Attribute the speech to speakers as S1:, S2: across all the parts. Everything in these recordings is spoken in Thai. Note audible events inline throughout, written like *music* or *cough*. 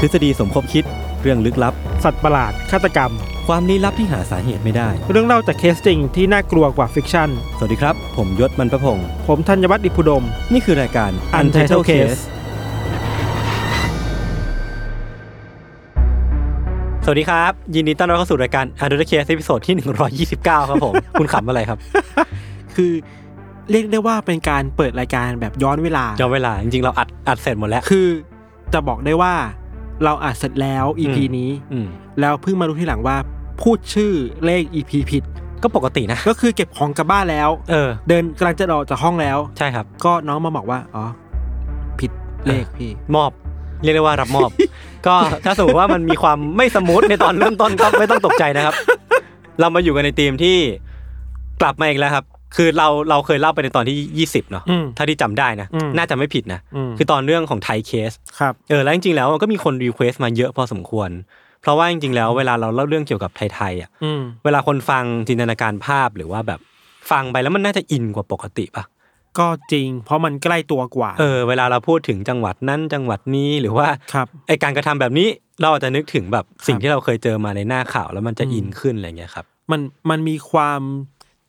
S1: ทฤษฎีสมคบคิด เรื่องลึกลับ
S2: สัตว์ประหลาด ฆาตกรรม
S1: ความลี้ลับที่หาสาเหตุไม่ได้
S2: เรื่องเล่าจากเคสจริงที่น่ากลัวกว่าฟิกชั่น
S1: สวัสดีครับ ผมยศมันประพงศ์
S2: ผมธัญวัฒน์อิพุดม
S1: นี่คือรายการ
S2: Untitled Case
S1: สวัสดีครับ ยินดีต้อนรับเข้าสู่รายการ Untitled Case ตอนที่ 129 ครับผม คุณขำอะไรครับ
S3: คือเรียกได้ว่าเป็นการเปิดรายการแบบย้อนเวลา
S1: ย้อนเวลา จริงๆ เราอัดอัดเสร็จหมดแล้ว
S3: คือจะบอกได้ว่าเราอัดเสร็จแล้ว EP
S1: อืม
S3: นี้
S1: อืม
S3: แล้วเพิ่งมารู้ทีหลังว่าพูดชื่อเลข EP ผิด
S1: ก็ปกตินะ
S3: ก็คือเก็บของกลับบ้านแล้ว
S1: เออ
S3: เดินกำลังจะออกจากห้องแล้ว
S1: ใช่ครับ
S3: ก็น้องมาบอกว่า อ๋อ ผิดเลขพี่
S1: มอบเรียกได้ว่ารับมอบ ก็ถ้าสมมติว่ามันมีความไม่สมูทในตอนเริ่มต้นก็ไม่ต้องตกใจนะครับ เรามาอยู่กันในทีมที่กลับมาอีกแล้วครับ คือเราเราเคยเล่าไปในตอนที่ 20 เนาะ
S3: อืม
S1: ถ้าที่จำได้นะ
S3: อืม
S1: น่าจะไม่ผิดนะ
S3: อืม
S1: คือตอนเรื่องของไทยเคส
S3: ครับ
S1: เออแล้วจริงๆแล้วมันก็มีคนรีเควสต์มาเยอะพอสมควร เพราะว่าจริงๆแล้วเวลาเราเล่าเรื่องเกี่ยวกับไทยๆอ่ะ
S3: อืม
S1: เวลาคนฟังจินตนาการภาพหรือว่าแบบฟังไปแล้วมันน่าจะอินกว่าปกติปะ
S3: ก็จริง เพราะมันใกล้ตัวกว่า
S1: เออเวลาเราพูดถึงจังหวัดนั้นจังหวัดนี้หรือว่า
S3: ครับ
S1: ไอการกระทำแบบนี้เราอาจจะนึกถึงแบบสิ่ง
S3: ครับ
S1: ที่เราเคยเจอมาในหน้าข่าวแล้วมันจะอินขึ้นอะไรเงี้ยครับ
S3: มันมันมีความ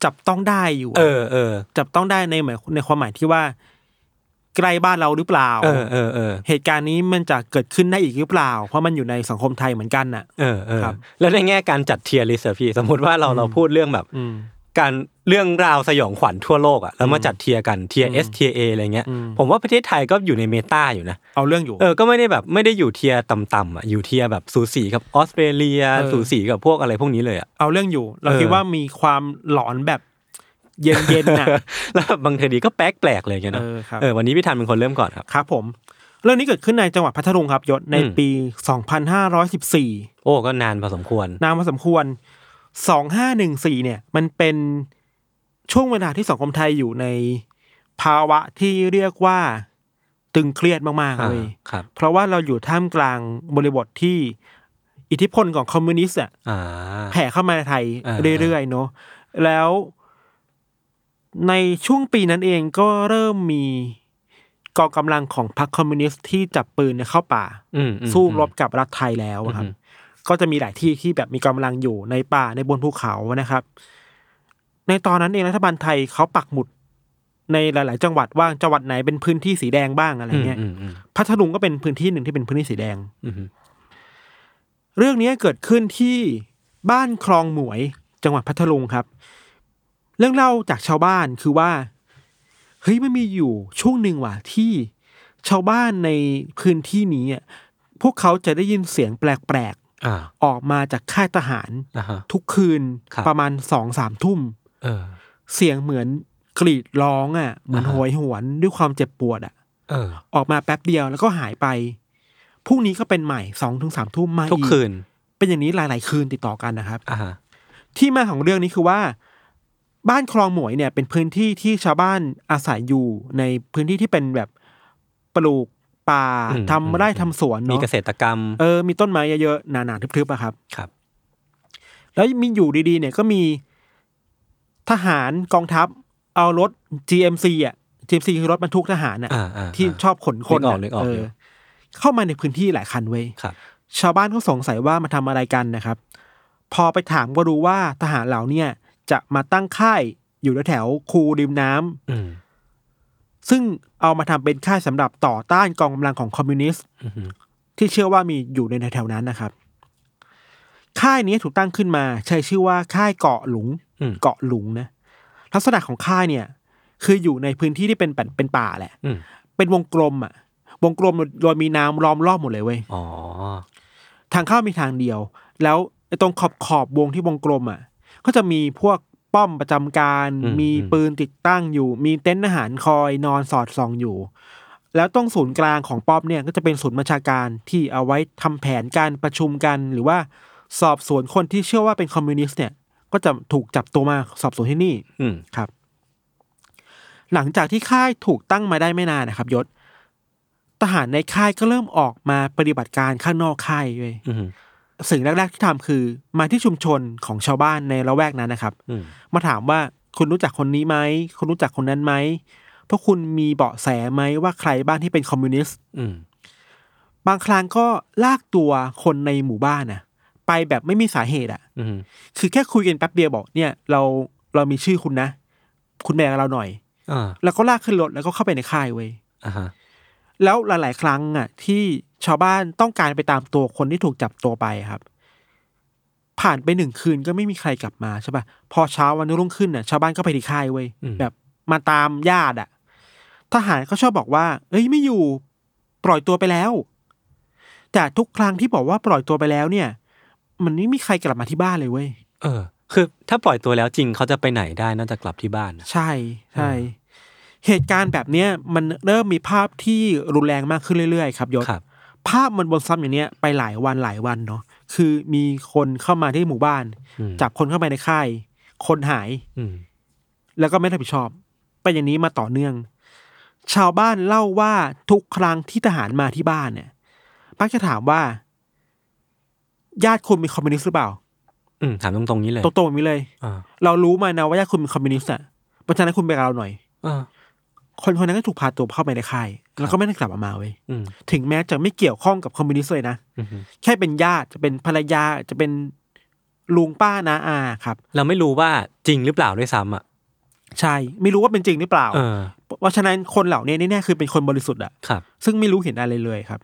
S3: จับต้องได้อยู่อะ
S1: เออเออ
S3: จับต้องได้ในหมายในความหมายที่ว่า ใกล้บ้านเราหรือเปล่า
S1: เออเออเออ
S3: เหตุการณ์นี้มันจะเกิดขึ้นได้อีกหรือเปล่า เพราะมันอยู่ในสังคมไทยเหมือนกันน่ะ
S1: เออเออ
S3: ครับ
S1: แล้วในแง่การจัดเทียร์ลิสต์พี่สมมติว่าเราเราพูดเรื่องแบบ
S3: อืม
S1: การเรื่องราวสยองขวัญทั่วโลกอ่ะแล้วมาจัดเทียร์กันเทียร์เอสเทียร์เออะไรเงี้ย
S3: อืม
S1: ผมว่าประเทศไทยก็อยู่ในเมตาอยู่นะ
S3: เอาเรื่องอยู่
S1: เออก็ไม่ได้แบบไม่ได้อยู่เทียร์ต่ำๆอ่ะอยู่เทียร์แบบสูสีกับออสเตรเลีย
S3: เออ
S1: สูสีกับพวกอะไรพวกนี้เลยอ่ะ
S3: เอาเรื่องอยู่ เรา
S1: เออ
S3: คิดว่ามีความหลอนแบบ เย็นๆน่ะ
S1: *laughs* แล้วแบบบางทีก็แปลกๆเลยเงี้ย
S3: เอ
S1: เนาะ
S3: อครับ
S1: เออวันนี้พี่ธันเป็นคนเริ่มก่อนครับ
S3: ครับผม เรื่องนี้เกิดขึ้นในจังหวัดพัทลุงครับยศใน
S1: อืม
S3: ปี 2514
S1: โอ้ก็นานพอสมควร
S3: นามพอสมควร 2514 เนี่ย มันเป็นช่วงเวลาที่สังคมไทยอยู่ในภาวะที่เรียกว่าตึงเครียดมากๆเลย
S1: อ่าครับ
S3: เพราะว่าเราอยู่ท่ามกลางบริบทที่อิทธิพลของคอมมิวนิสต์อะ
S1: อ่า
S3: แผ่เข้ามาในไทย
S1: อ่า
S3: เรื่อยๆเนอะแล้วในช่วงปีนั้นเองก็เริ่มมีกองกำลังของพรรคคอมมิวนิสต์ที่จับปืนเข้าป่า
S1: อืมอืม
S3: สู้รบ
S1: อืม
S3: กับรัฐไทยแล้วอะครั
S1: อื
S3: บ
S1: ม
S3: ก็จะมีหลายที่ที่แบบมีกำลังอยู่ในป่าในบนภูเขานะครับ ในตอนนั้นเองรัฐบาลไทยเขาปักหมุดในหลาย ๆ จังหวัดว่าจังหวัดไหนเป็นพื้นที่สีแดงบ้างอะไรเงี้ย
S1: อืมอืม
S3: พัทลุงก็เป็นพื้นที่หนึ่งที่เป็นพื้นที่สีแดง
S1: อืมอืม
S3: เรื่องนี้เกิดขึ้นที่บ้านคลองหมวยจังหวัดพัทลุงครับ เรื่องเล่าจากชาวบ้านคือว่าเฮ้ยมันมีอยู่ช่วงหนึ่งว่ะที่ชาวบ้านในพื้นที่นี้อะพวกเขาจะได้ยินเสียงแปลก
S1: อ่า
S3: ๆ ออกมาจากค่ายทหาร
S1: อ่าฮะ
S3: ทุกคืน
S1: ครับ
S3: ประมาณสองสามทุ่ม
S1: เออ
S3: เสียงเหมือนกรีดร้องอ่ะเหมือน
S1: อ่าฮะ
S3: โหยหวนด้วยความเจ็บปวดอ่ะ
S1: เออ
S3: ออกมาแป๊บเดียวแล้วก็หายไปพรุ่งนี้ก็เป็นใหม่สองถึงสามทุ่มมาอี
S1: ทุกคืน
S3: เป็นอย่างนี้หลาย ๆ คืนติดต่อกันนะครับ
S1: อ่าฮะ
S3: ที่มาของเรื่องนี้คือว่า บ้านคลองหมวยเนี่ย เป็นพื้นที่ที่ชาวบ้านอาศัยอยู่ในพื้นที่ที่เป็นแบบปลูกป่า
S1: อืม
S3: ทำไร่
S1: อืม
S3: ทำสวน
S1: มี
S3: เนาะ
S1: เกษตรกรรม
S3: เออมีต้นไม้เยอะ ๆ หนา ๆ ทึบ ๆอะครับ
S1: ครับ
S3: แล้วมีอยู่ดี ๆ เนี่ยก็มีทหารกองทัพ เอารถ GMC อ่ะ GMC คือรถบรรทุกทหารอ่ะ
S1: อ่าอ่า
S3: ที่ชอบขนคน
S1: นึกออกนึกออกอยู่
S3: เข้ามาในพื้นที่หลายคันเว้ย
S1: ครับ
S3: ชาวบ้านก็สงสัยว่ามาทำอะไรกันนะครับ พอไปถามก็รู้ว่าทหารเหล่าเนี่ยจะมาตั้งค่ายอยู่แถวๆคูริมน้ำ
S1: อืม
S3: ซึ่งเอามาทำเป็นค่ายสำหรับต่อต้านกองกำลังของคอมมิวนิสต์ที่เชื่อว่ามีอยู่ในแถวๆนั้นนะครับ ค่ายนี้ถูกตั้งขึ้นมา ใช้ชื่อว่าค่ายเกาะหลุง
S1: อืม
S3: เกาะหลุงนะลักษณะของค่ายเนี่ย คืออยู่ในพื้นที่ที่เป็นป่าเป็นป่าแหละ
S1: อืม
S3: เป็นวงกลมอ่ะ วงกลมโดยมีน้ำล้อมรอบหมดเลยเว้ย
S1: อ๋อ
S3: ทางเข้ามีทางเดียว แล้วไอ้ตรงขอบขอบวงที่วงกลมอ่ะ ก็จะมีพวกป้อมประจำการ
S1: อืม
S3: มีปืนติดตั้งอยู่ มีเต็นท์อาหารคอยนอนสอดส่องอยู่ แล้วตรงศูนย์กลางของป้อมเนี่ยก็จะเป็นศูนย์บัญชาการที่เอาไว้ทำแผนการประชุมกัน หรือว่าสอบสวนคนที่เชื่อว่าเป็นคอมมิวนิสต์เนี่ย ก็จะถูกจับตัวมาสอบสวนที่นี่
S1: อืม
S3: ครับ หลังจากที่ค่ายถูกตั้งมาได้ไม่นานนะครับยศ ทหารในค่ายก็เริ่มออกมาปฏิบัติการข้างนอกค่ายเว้ย
S1: อืม
S3: สิ่งแรก ๆ ที่ทำคือ มาที่ชุมชนของชาวบ้านในละแวกนั้นนะครับ
S1: อืม
S3: มาถามว่าคุณรู้จักคนนี้ไหมคุณรู้จักคนนั้นไหมพวกคุณมีเบาะแสไหมว่าใครบ้างที่เป็นคอมมิวนิสต์
S1: อืม
S3: บางครั้งก็ลากตัวคนในหมู่บ้านนะไปแบบไม่มีสาเหตุอะ
S1: อืม
S3: คือแค่คุยกันแป๊บเดียวบอกเนี่ย เราเรามีชื่อคุณนะ คุณแม่กับเราหน่อย
S1: อ่า
S3: แล้วก็ลากขึ้นรถแล้วก็เข้าไปในค่ายเว้ย
S1: อ่าฮะ
S3: แล้วหลาย ๆ ครั้งอ่ะ ที่ชาวบ้านต้องการไปตามตัวคนที่ถูกจับตัวไปครับ ผ่านไปหนึ่งคืนก็ไม่มีใครกลับมาใช่ปะพอเช้าวันรุ่งขึ้นน่ะ ชาวบ้านก็ไปที่ค่ายเว้ยแบบมาตามญาติอ่ะ ทหารก็ชอบบอกว่า เอ้ยไม่อยู่ ปล่อยตัวไปแล้ว แต่ทุกครั้งที่บอกว่าปล่อยตัวไปแล้วเนี่ย มันไม่มีใครกลับมาที่บ้านเลยเว้ย
S1: เออ คือถ้าปล่อยตัวแล้วจริงเขาจะไปไหนได้นอกจากกลับที่บ้านนะ
S3: ใช่ใช่ เหตุการณ์แบบเนี้ยมันเริ่มมีภาพที่รุนแรงมากขึ้นเรื่อยๆครับยศ
S1: ครับ
S3: ภาพมันวนซ้ำอย่างเนี้ยไปหลายวันหลายวันเนาะคือมีคนเข้ามาที่หมู่บ้าน
S1: อืม
S3: จับคนเข้าไปในค่าย คนหาย
S1: อืม
S3: แล้วก็ไม่รับผิดชอบเป็นอย่างนี้มาต่อเนื่อง ชาวบ้านเล่าว่าทุกครั้งที่ทหารมาที่บ้านเนี่ยมักจะถามว่า ญาติคุณเป็นคอมมิวนิสต์หรือเปล่า
S1: อืมถามตรงๆนี้เลย
S3: ตรงๆแบบนี้เลย
S1: อ่า
S3: เรารู้มานะว่าญาติคุณเป็นคอมมิวนิสต์อ่ะเพราะฉะนั้นคุณไปกับเราหน่อย
S1: อ่า
S3: คนคนนั้นก็ถูกพาตัวเข้าไปในค่าย แล้วก็ไม่ได้กลับออกมาเว้ย
S1: อืม
S3: ถึงแม้จะไม่เกี่ยวข้องกับคอมมิวนิสต์เลยนะ
S1: อืม
S3: แค่เป็นญาติจะเป็นภรรยาจะเป็นลุงป้านาอาครับ
S1: เราไม่รู้ว่าจริงหรือเปล่าด้วยซ้ำอ่ะ
S3: ใช่ไม่รู้ว่าเป็นจริงหรือเปล่า
S1: เออ
S3: เพราะฉะนั้นคนเหล่านี้แน่ๆคือเป็นคนบริสุทธิ์อะ
S1: ครับ
S3: ซึ่งไม่รู้เห็นอะไรเลยครับ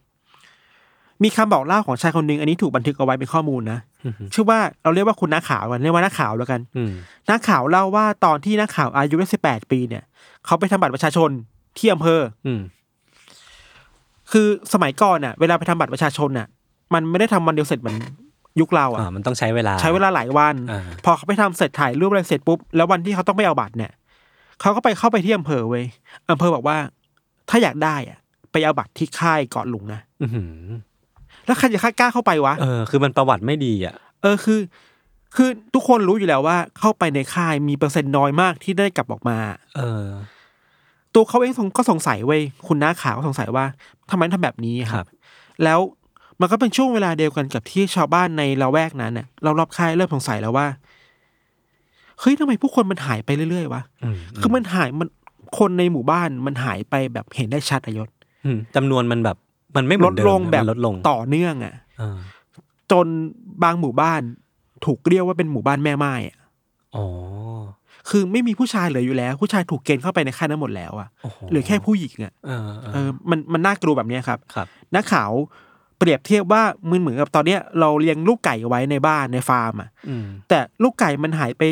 S3: มีคำบอกเล่าของชายคนหนึ่งอันนี้ถูกบันทึกเอาไว้เป็นข้อมูลนะ
S1: อือฮึ
S3: ชื่อว่าเราเรียกว่าคุณนักข่าวกันเรียกว่านักข่าวแล้วกัน
S1: อืม
S3: นักข่าวเล่าว่าตอนที่นักข่าวอายุได้สิบแปดปีเนี่ย เขาไปทำบัตรประชาชนที่อำเภอ
S1: อืม
S3: คือสมัยก่อนน่ะ เวลาไปทำบัตรประชาชนน่ะ มันไม่ได้ทำวันเดียวเสร็จเหมือนยุคเรา
S1: อ่า
S3: อ่ะ
S1: มันต้องใช้เวลา
S3: ใช้เวลาหลายวัน
S1: อ่า
S3: พอเขาไปทำเสร็จถ่ายรูปอะไรเสร็จปุ๊บ แล้ววันที่เขาต้องไปเอาบัตรเนี่ย เขาก็ไปเข้าไปที่อำเภอเว้ยอำเภอบอกว่า ถ้าอยากได้อ่ะ ไปเอาบัตรที่ค่ายเกาะหลุงนะ
S1: อื้อหือ
S3: แล้วใครจะค่ากล้าเข้าไปวะ
S1: เออ คือมันประวัติไม่ดีอ่ะ
S3: เออคือ คือทุกคนรู้อยู่แล้วว่า เข้าไปในค่ายมีเปอร์เซ็นต์น้อยมากที่ได้กลับออกมา
S1: เออ
S3: ตัวเขาเองสงก็สงสัยเว้ยคุณน้าขาวก็สงสัยว่าทำไมทำแบบนี้ค
S1: ครั
S3: รับ
S1: บ
S3: แล้วมันก็เป็นช่วงเวลาเดียวกันกับที่ชาวบ้านในละแวกนั้นเนี่ยเรารอบๆค่ายเริ่มสงสัยแล้วว่าเฮ้ยทำไมผู้คนมันหายไปเรื่อยๆวะ
S1: อืม
S3: คือมันหายมันคนในหมู่บ้านมันหายไปแบบเห็นได้ชัดอะยศ
S1: อืมจำนวนมันแบบ มันไม่เหมื
S3: ล
S1: อ
S3: ด
S1: นเดิม
S3: ลงแบบ
S1: มันลดลง
S3: ต่อเนื่องอ่ะ
S1: เออ
S3: จนบางหมู่บ้านถูกเรียกว่าเป็นหมู่บ้านแม่ไม้อะ
S1: อ๋อ
S3: คือไม่มีผู้ชายเหลืออยู่แล้ว ผู้ชายถูกเกณฑ์เข้าไปในค่ายนั้นหมดแล้วอ่ะ
S1: โอ้โห
S3: เหลือแค่ผู้หญิงอ่ะ
S1: เออเอ
S3: เอ
S1: อ
S3: อมันมันน่ากลัวแบบเนี้ยครับ
S1: ครับ
S3: นักข่าวเปรียบเทียบว่ามันเหมือนกับตอนเนี้ยเราเลี้ยงลูกไก่ไว้ในบ้านในฟาร์มอ่ะ
S1: อืม
S3: แต่ลูกไก่มันหายไป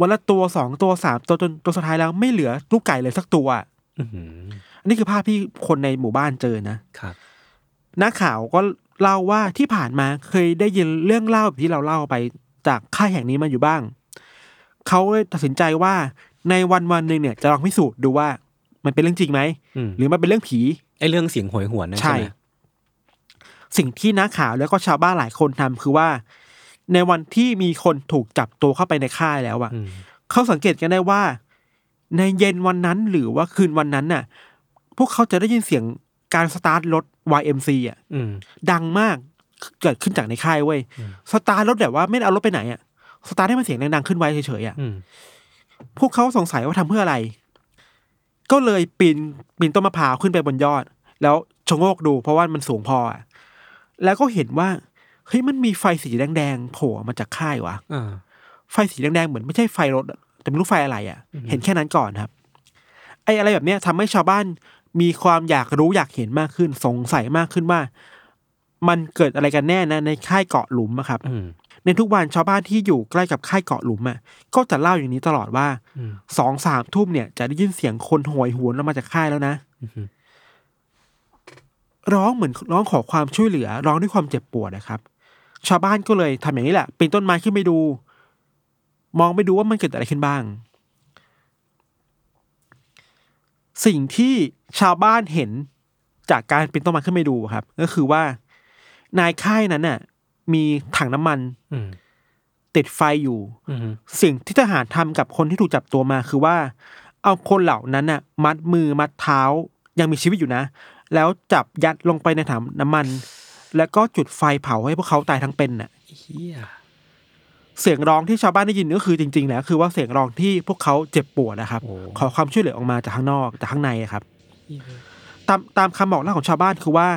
S3: วันละตัวสองตัวสามตัวจนตัวสุดท้ายแล้วไม่เหลือลูกไก่เลยสักตัวอะ
S1: อื้อหือ
S3: อันนี้คือภาพที่คนในหมู่บ้านเจอนะครับ นักข่าวก็เล่าว่าที่ผ่านมาเคยได้ยินเรื่องเล่าแบบที่เราเล่าไปจากค่ายแห่งนี้มาอยู่บ้าง เขาเลยตัดสินใจว่าในวันวันๆหนึ่งเนี่ยจะลองพิสูจน์ดูว่ามันเป็นเรื่องจริงไหม
S1: อืม
S3: หรือมันเป็นเรื่องผี
S1: ไอเรื่องเสียงโหวยหวนนั่น
S3: ใช่
S1: ใช่ไหม
S3: สิ่งที่นักข่าวแล้วก็ชาวบ้านหลายคนทำคือว่า ในวันที่มีคนถูกจับตัวเข้าไปในค่ายแล้วอะ
S1: อืม
S3: เขาสังเกตกันได้ว่า ในเย็นวันนั้นหรือว่าคืนวันนั้นน่ะ พวกเขาจะได้ยินเสียงการสตาร์ทรถ YMC อะ
S1: อืม
S3: ดังมากเกิดขึ้นจากในค่ายเว้ยสตาร์ทรถแบบว่าไม่ได้เอารถไปไหนอะสตาร์ทให้มันเสียงดังๆขึ้นไว้เฉยๆอะ
S1: อืม
S3: พวกเขาสงสัยว่าทำเพื่ออะไร ก็เลยปีนปีนต้นมะพร้าวขึ้นไปบนยอด แล้วชะโงกดูเพราะว่ามันสูงพออะแล้วก็เห็นว่าเฮ้ยมันมีไฟสีแดงๆโผล่ออกมาจากค่ายวะ
S1: อ่า
S3: ไฟสีแดงๆเหมือนไม่ใช่ไฟรถอะแต่ไม่รู้ไฟอะไรอะ่ะ เห็นแค่นั้นก่อนครับ ไอ้อะไรแบบเนี้ยทำให้ชาวบ้านมีความอยากรู้อยากเห็นมากขึ้น สงสัยมากขึ้นว่า มันเกิดอะไรกันแน่นะ ในค่ายเกาะหลุมอะครับ
S1: อืม
S3: ในทุกวันชาวบ้านที่อยู่ใกล้กับค่ายเกาะหลุมอ่ะก็จะเล่าอย่างนี้ตลอดว่า
S1: อืม
S3: สองสามทุ่มเนี่ย จะได้ยินเสียงคนโหยหวนออกมาจากค่ายแล้วนะ ร้องเหมือนร้องขอความช่วยเหลือ ร้องด้วยความเจ็บปวดนะครับ ชาวบ้านก็เลยทำอย่างนี้แหละปีนต้นไม้ขึ้นไปดู มองไปดูว่ามันเกิดอะไรขึ้นบ้าง สิ่งที่ชาวบ้านเห็นจากการปีนต้นไม้ขึ้นไปดูครับ ก็คือว่านายค่ายนั้นน่ะ มีถังน้ำมัน
S1: อืม
S3: ติดไฟอยู่
S1: อืม
S3: สิ่งที่ทหารทำกับคนที่ถูกจับตัวมาคือว่า เอาคนเหล่านั้นน่ะ มัดมือมัดเท้ายังมีชีวิตอยู่นะ แล้วจับยัดลงไปในถังน้ำมัน แล้วก็จุดไฟเผาให้พวกเขาตายทั้งเป็นน่ะ
S1: เฮีย
S3: เสียงร้องที่ชาวบ้านได้ยินก็คือจริงๆแล้วคือว่าเสียงร้องที่พวกเขาเจ็บปวดนะครับ ขอความช่วยเหลือออกมาจากข้างนอกจากข้างในอะครับ ตามตามคำบอกเล่าของชาวบ้านคือว่า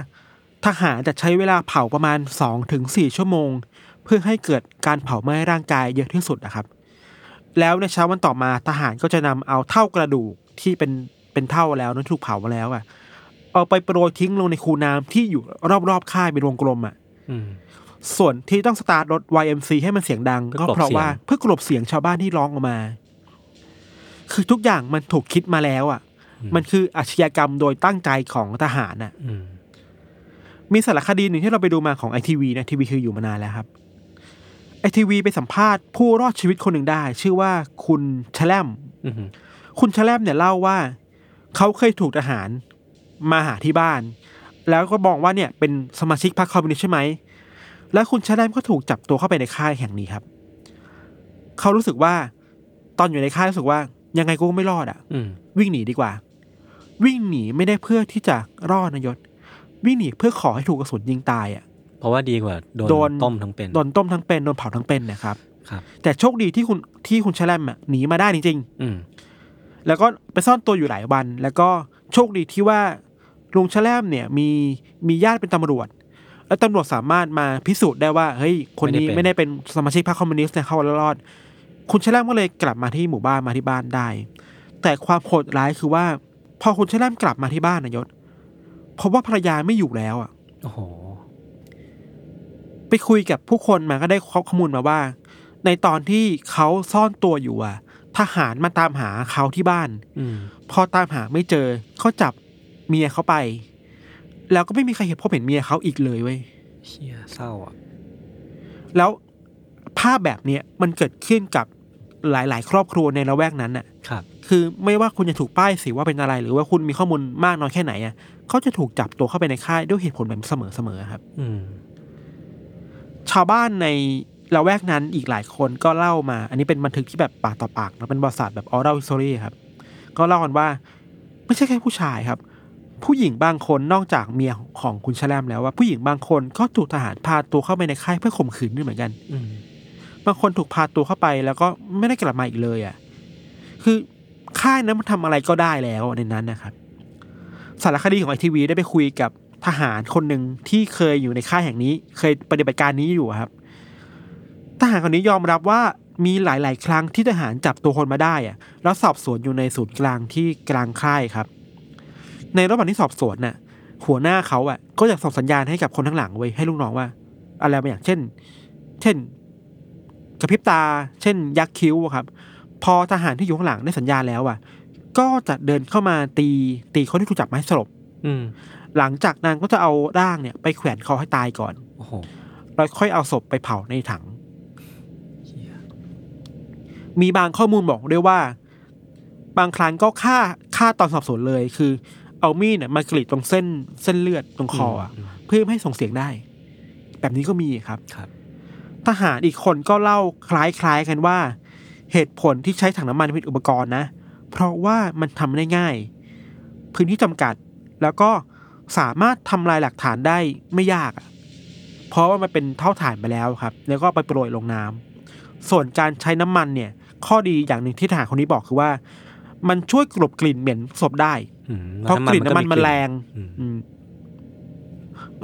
S3: ทหารจะใช้เวลาเผาประมาณ2อถึงสชั่วโมง เพื่อให้เกิดการเผาไหม้ร่างกายเยอะที่สุดนะครับ แล้วในเช้าวันต่อมาทหารก็จะนำเอาเท่ากระดูกที่เป็นเป็นเท่าแล้วนั้นถูกเผามาแล้วอะเอาไปโปรยทิ้งลงในคูน้ำที่อยู่รอบๆค่ายเป็นวงกลมอะ
S1: อืม
S3: ส่วนที่ต้องสตาร์ทรถ YMC ให้มันเสียงดัง
S1: เพื่อ
S3: ก็
S1: กลบ
S3: เพราะ
S1: เสียง
S3: ว่าเพื่อกลบเสียงชาวบ้านที่ร้องออกมา คือทุกอย่างมันถูกคิดมาแล้วอ่ะ มันคืออาชญากรรมโดยตั้งใจของทหารน่ะ
S1: อืม
S3: มีสารคดีหนึ่งที่เราไปดูมาของไอทีวีนะทีวีคืออยู่มานานแล้วครับไอทีวีไปสัมภาษณ์ผู้รอดชีวิตคนหนึ่งได้ ชื่อว่าคุณแชล่ม
S1: อืม
S3: คุณชะแลมเนี่ยเล่าว่า เขาเคยถูกทหารมาหาที่บ้าน แล้วก็บอกว่าเนี่ยเป็นสมาชิกพรรคคอมมิวนิสต์ใช่ไหม แล้วคุณชะแลมก็ถูกจับตัวเข้าไปในค่ายแห่งนี้ครับ เขารู้สึกว่า ตอนอยู่ในค่ายรู้สึกว่า ยังไงกูก็ไม่รอดอะ่ะ
S1: อืม
S3: วิ่งหนีดีกว่า วิ่งหนีไม่ได้เพื่อที่จะรอดนายศ วิ่งหนีเพื่อขอให้ถูกกระสุนยิงตายอ่ะ
S1: เพราะว่าดีกว่าโดน
S3: โดน
S1: ต้มทั้งเป็น
S3: โดนต้มทั้งเป็นโดนเผาทั้งเป็นนะครับ
S1: ครับ
S3: แต่โชคดีที่คุณที่คุณชะแลมอ่ะหนีมาได้จริงๆ
S1: อืม
S3: แล้วก็ไปซ่อนตัวอยู่หลายวัน แล้วก็โชคดีที่ว่าลุงชะแลมเนี่ยมีมีญาติเป็นตำรวจ และตำรวจสามารถมาพิสูจน์ได้ว่าเฮ้ยคนนี้ไม่ได้เป็นสมาชิกพรรคคอมมิวนิสต์นะเขาแล้วรอด คุณชะแลมก็เลยกลับมาที่หมู่บ้านมาที่บ้านได้ แต่ความโหดร้ายคือว่า พอคุณชะแลมกลับมาที่บ้านนายศพบว่าภรรยาไม่อยู่แล้วอ่ะ
S1: โอ้โห
S3: ไปคุยกับผู้คนมาก็ได้ข้อมูลมาว่า ในตอนที่เขาซ่อนตัวอยู่อ่ะ ทหารมาตามหาเขาที่บ้าน
S1: อืม
S3: พอตามหาไม่เจอเขาจับเมียเขาไป แล้วก็ไม่มีใครเห็นพบเห็นเมียเขาอีกเลยเว้ย
S1: เฮียเศร้าอ่ะ
S3: แล้วภาพแบบเนี้ยมันเกิดขึ้นกับหลาย ๆ ครอบครัวในละแวกนั้นน่ะ
S1: ครับ
S3: คือไม่ว่าคุณจะถูกป้ายสีว่าเป็นอะไร หรือว่าคุณมีข้อมูลมากน้อยแค่ไหนอ่ะเขาจะถูกจับตัวเข้าไปในค่ายด้วยเหตุผลแบบเสมอๆครับ
S1: อืม
S3: ชาวบ้านในละแวกนั้นอีกหลายคนก็เล่ามา อันนี้เป็นบันทึกที่แบบปากต่อปากนะเป็นบริษัทแบบออเดอร์สตอรี่ครับ ก็เล่ากันว่า ไม่ใช่แค่ผู้ชายครับ ผู้หญิงบางคนนอกจากเมียของคุณชะแลมแล้วว่าผู้หญิงบางคนก็ถูกทหารพาตัวเข้าไปในค่ายเพื่อข่มขืนด้วยเหมือนกัน
S1: อืม
S3: บางคนถูกพาตัวเข้าไปแล้วก็ไม่ได้กลับมาอีกเลยอ่ะ คือค่ายนั้นมันทำอะไรก็ได้แล้วในนั้นนะครับ สารคดีของไอทีวีได้ไปคุยกับทหารคนหนึ่งที่เคยอยู่ในค่ายแห่งนี้ เคยปฏิบัติการนี้อยู่อะครับ ทหารคนนี้ยอมรับว่ามีหลาย ๆ ครั้งที่ทหารจับตัวคนมาได้อ่ะ แล้วสอบสวนอยู่ในศูนย์กลางที่กลางค่ายครับ ในระหว่างที่สอบสวนน่ะ หัวหน้าเขาอ่ะก็อยากส่งสัญญาณให้กับคนทั้างหลังไว้ยให้ลูกน้องว่า อะไรบางอย่างเช่น เช่น กระพริบตา เช่น ยักคิ้วอะครับ พอทหารที่อยู่ข้างหลังได้สัญญาณแล้วอ่ะ ก็จะเดินเข้ามาตีตีคนที่ถูกจับมาให้สลบ
S1: อืม
S3: หลังจากนั้นก็จะเอาร่างเนี่ย ไปแขวนคอให้ตายก่อน
S1: โอ้โห
S3: แล้วค่อยเอาศพไปเผาในถัง มีบางข้อมูลบอกด้วยว่า บางครั้งก็ฆ่าฆ่าตอนสอบสวนเลย คือ เอามีดเนี่ยมากรีดตรงเส้นเส้นเลือดตรงคออะ
S1: ม
S3: เพื่อไม่ให้ส่งเสียงได้ แบบนี้ก็มีครับ
S1: ครับ
S3: ทหารอีกคนก็เล่าคล้ายๆกันว่า เหตุผลที่ใช้ถังน้ำมันเป็นอุปกรณ์นะ เพราะว่ามันทำได้ง่าย พื้นที่จำกัด แล้วก็สามารถทำลายหลักฐานได้ไม่ยากอะเพราะว่ามันเป็นเท่าฐานไปแล้วครับ แล้วก็เอาไปโปรยลงน้ำส่วนการใช้น้ำมันเนี่ย ข้อดีอย่างหนึ่งที่ทหารคนนี้บอกคือว่า มันช่วยกลบกลิ่นเหม็นศพได้
S1: อืม
S3: เพราะกลิ่นน้ำมันมันแรง
S1: อืม
S3: อืม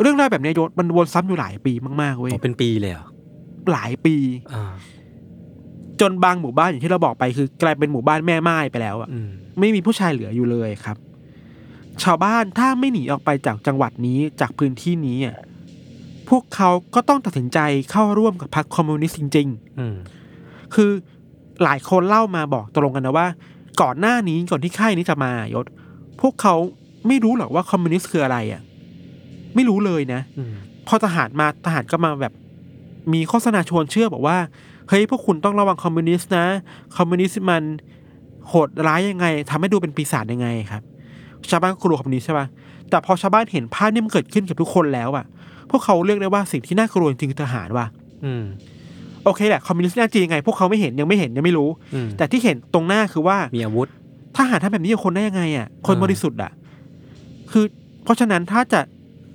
S3: เรื่องราวแบบเนี้ยยศมันวนซ้ำอยู่หลายปีมากๆเว้ย
S1: โอ้เป็นปีเลยเหรอ
S3: หลายปี
S1: อ่า
S3: จ จนบางหมู่บ้านอย่างที่เราบอกไปคือกลายเป็นหมู่บ้านแม่ไม้ไปแล้วอะ
S1: อืม
S3: ไม่มีผู้ชายเหลืออยู่เลยครับ ชาวบ้านถ้าไม่หนีออกไปจากจังหวัดนี้จากพื้นที่นี้อะพวกเขาก็ต้องตัดสินใจเข้าร่วมกับพรรคคอมมิวนิสต์จริง ๆ
S1: อืม
S3: คือหลายคนเล่ามาบอกตรงกันนะว่า ก่อนหน้านี้ก่อนที่ค่ายนี้จะมายศ พวกเขาไม่รู้หรอกว่าคอมมิวนิสต์คืออะไรอ่ะ ไม่รู้เลยนะ
S1: อืม
S3: พอทหารมาทหารก็มาแบบ มีโฆษณาชวนเชื่อบอกว่าเฮ้ยพวกคุณต้องระวังคอมมิวนิสต์นะ คอมมิวนิสต์มันโหดร้ายยังไงทำให้ดูเป็นปีศาจยังไงครับ ชาวบ้านก็กลัวคอมมิวนิสต์ใช่ปะแต่พอชาวบ้านเห็นภาพเนี่ยมันเกิดขึ้นกับทุกคนแล้วอ่ะ พวกเขาเรียกได้ว่าสิ่งที่น่ากลัวจริงๆคือทหารว่ะ
S1: อืม
S3: โอเคแหละคอมมิวนิสต์น่าจริงยังไง พวกเขาไม่เห็นยังไม่เห็นยังไม่รู้
S1: อืม
S3: แต่ที่เห็นตรงหน้าคือว่า
S1: มีอาวุธ
S3: ทหารทำแบบนี้กับคนได้ยังไงอ่ะ คน
S1: อ่า
S3: บริสุทธิ์อ่ะ คือเพราะฉะนั้นถ้าจะ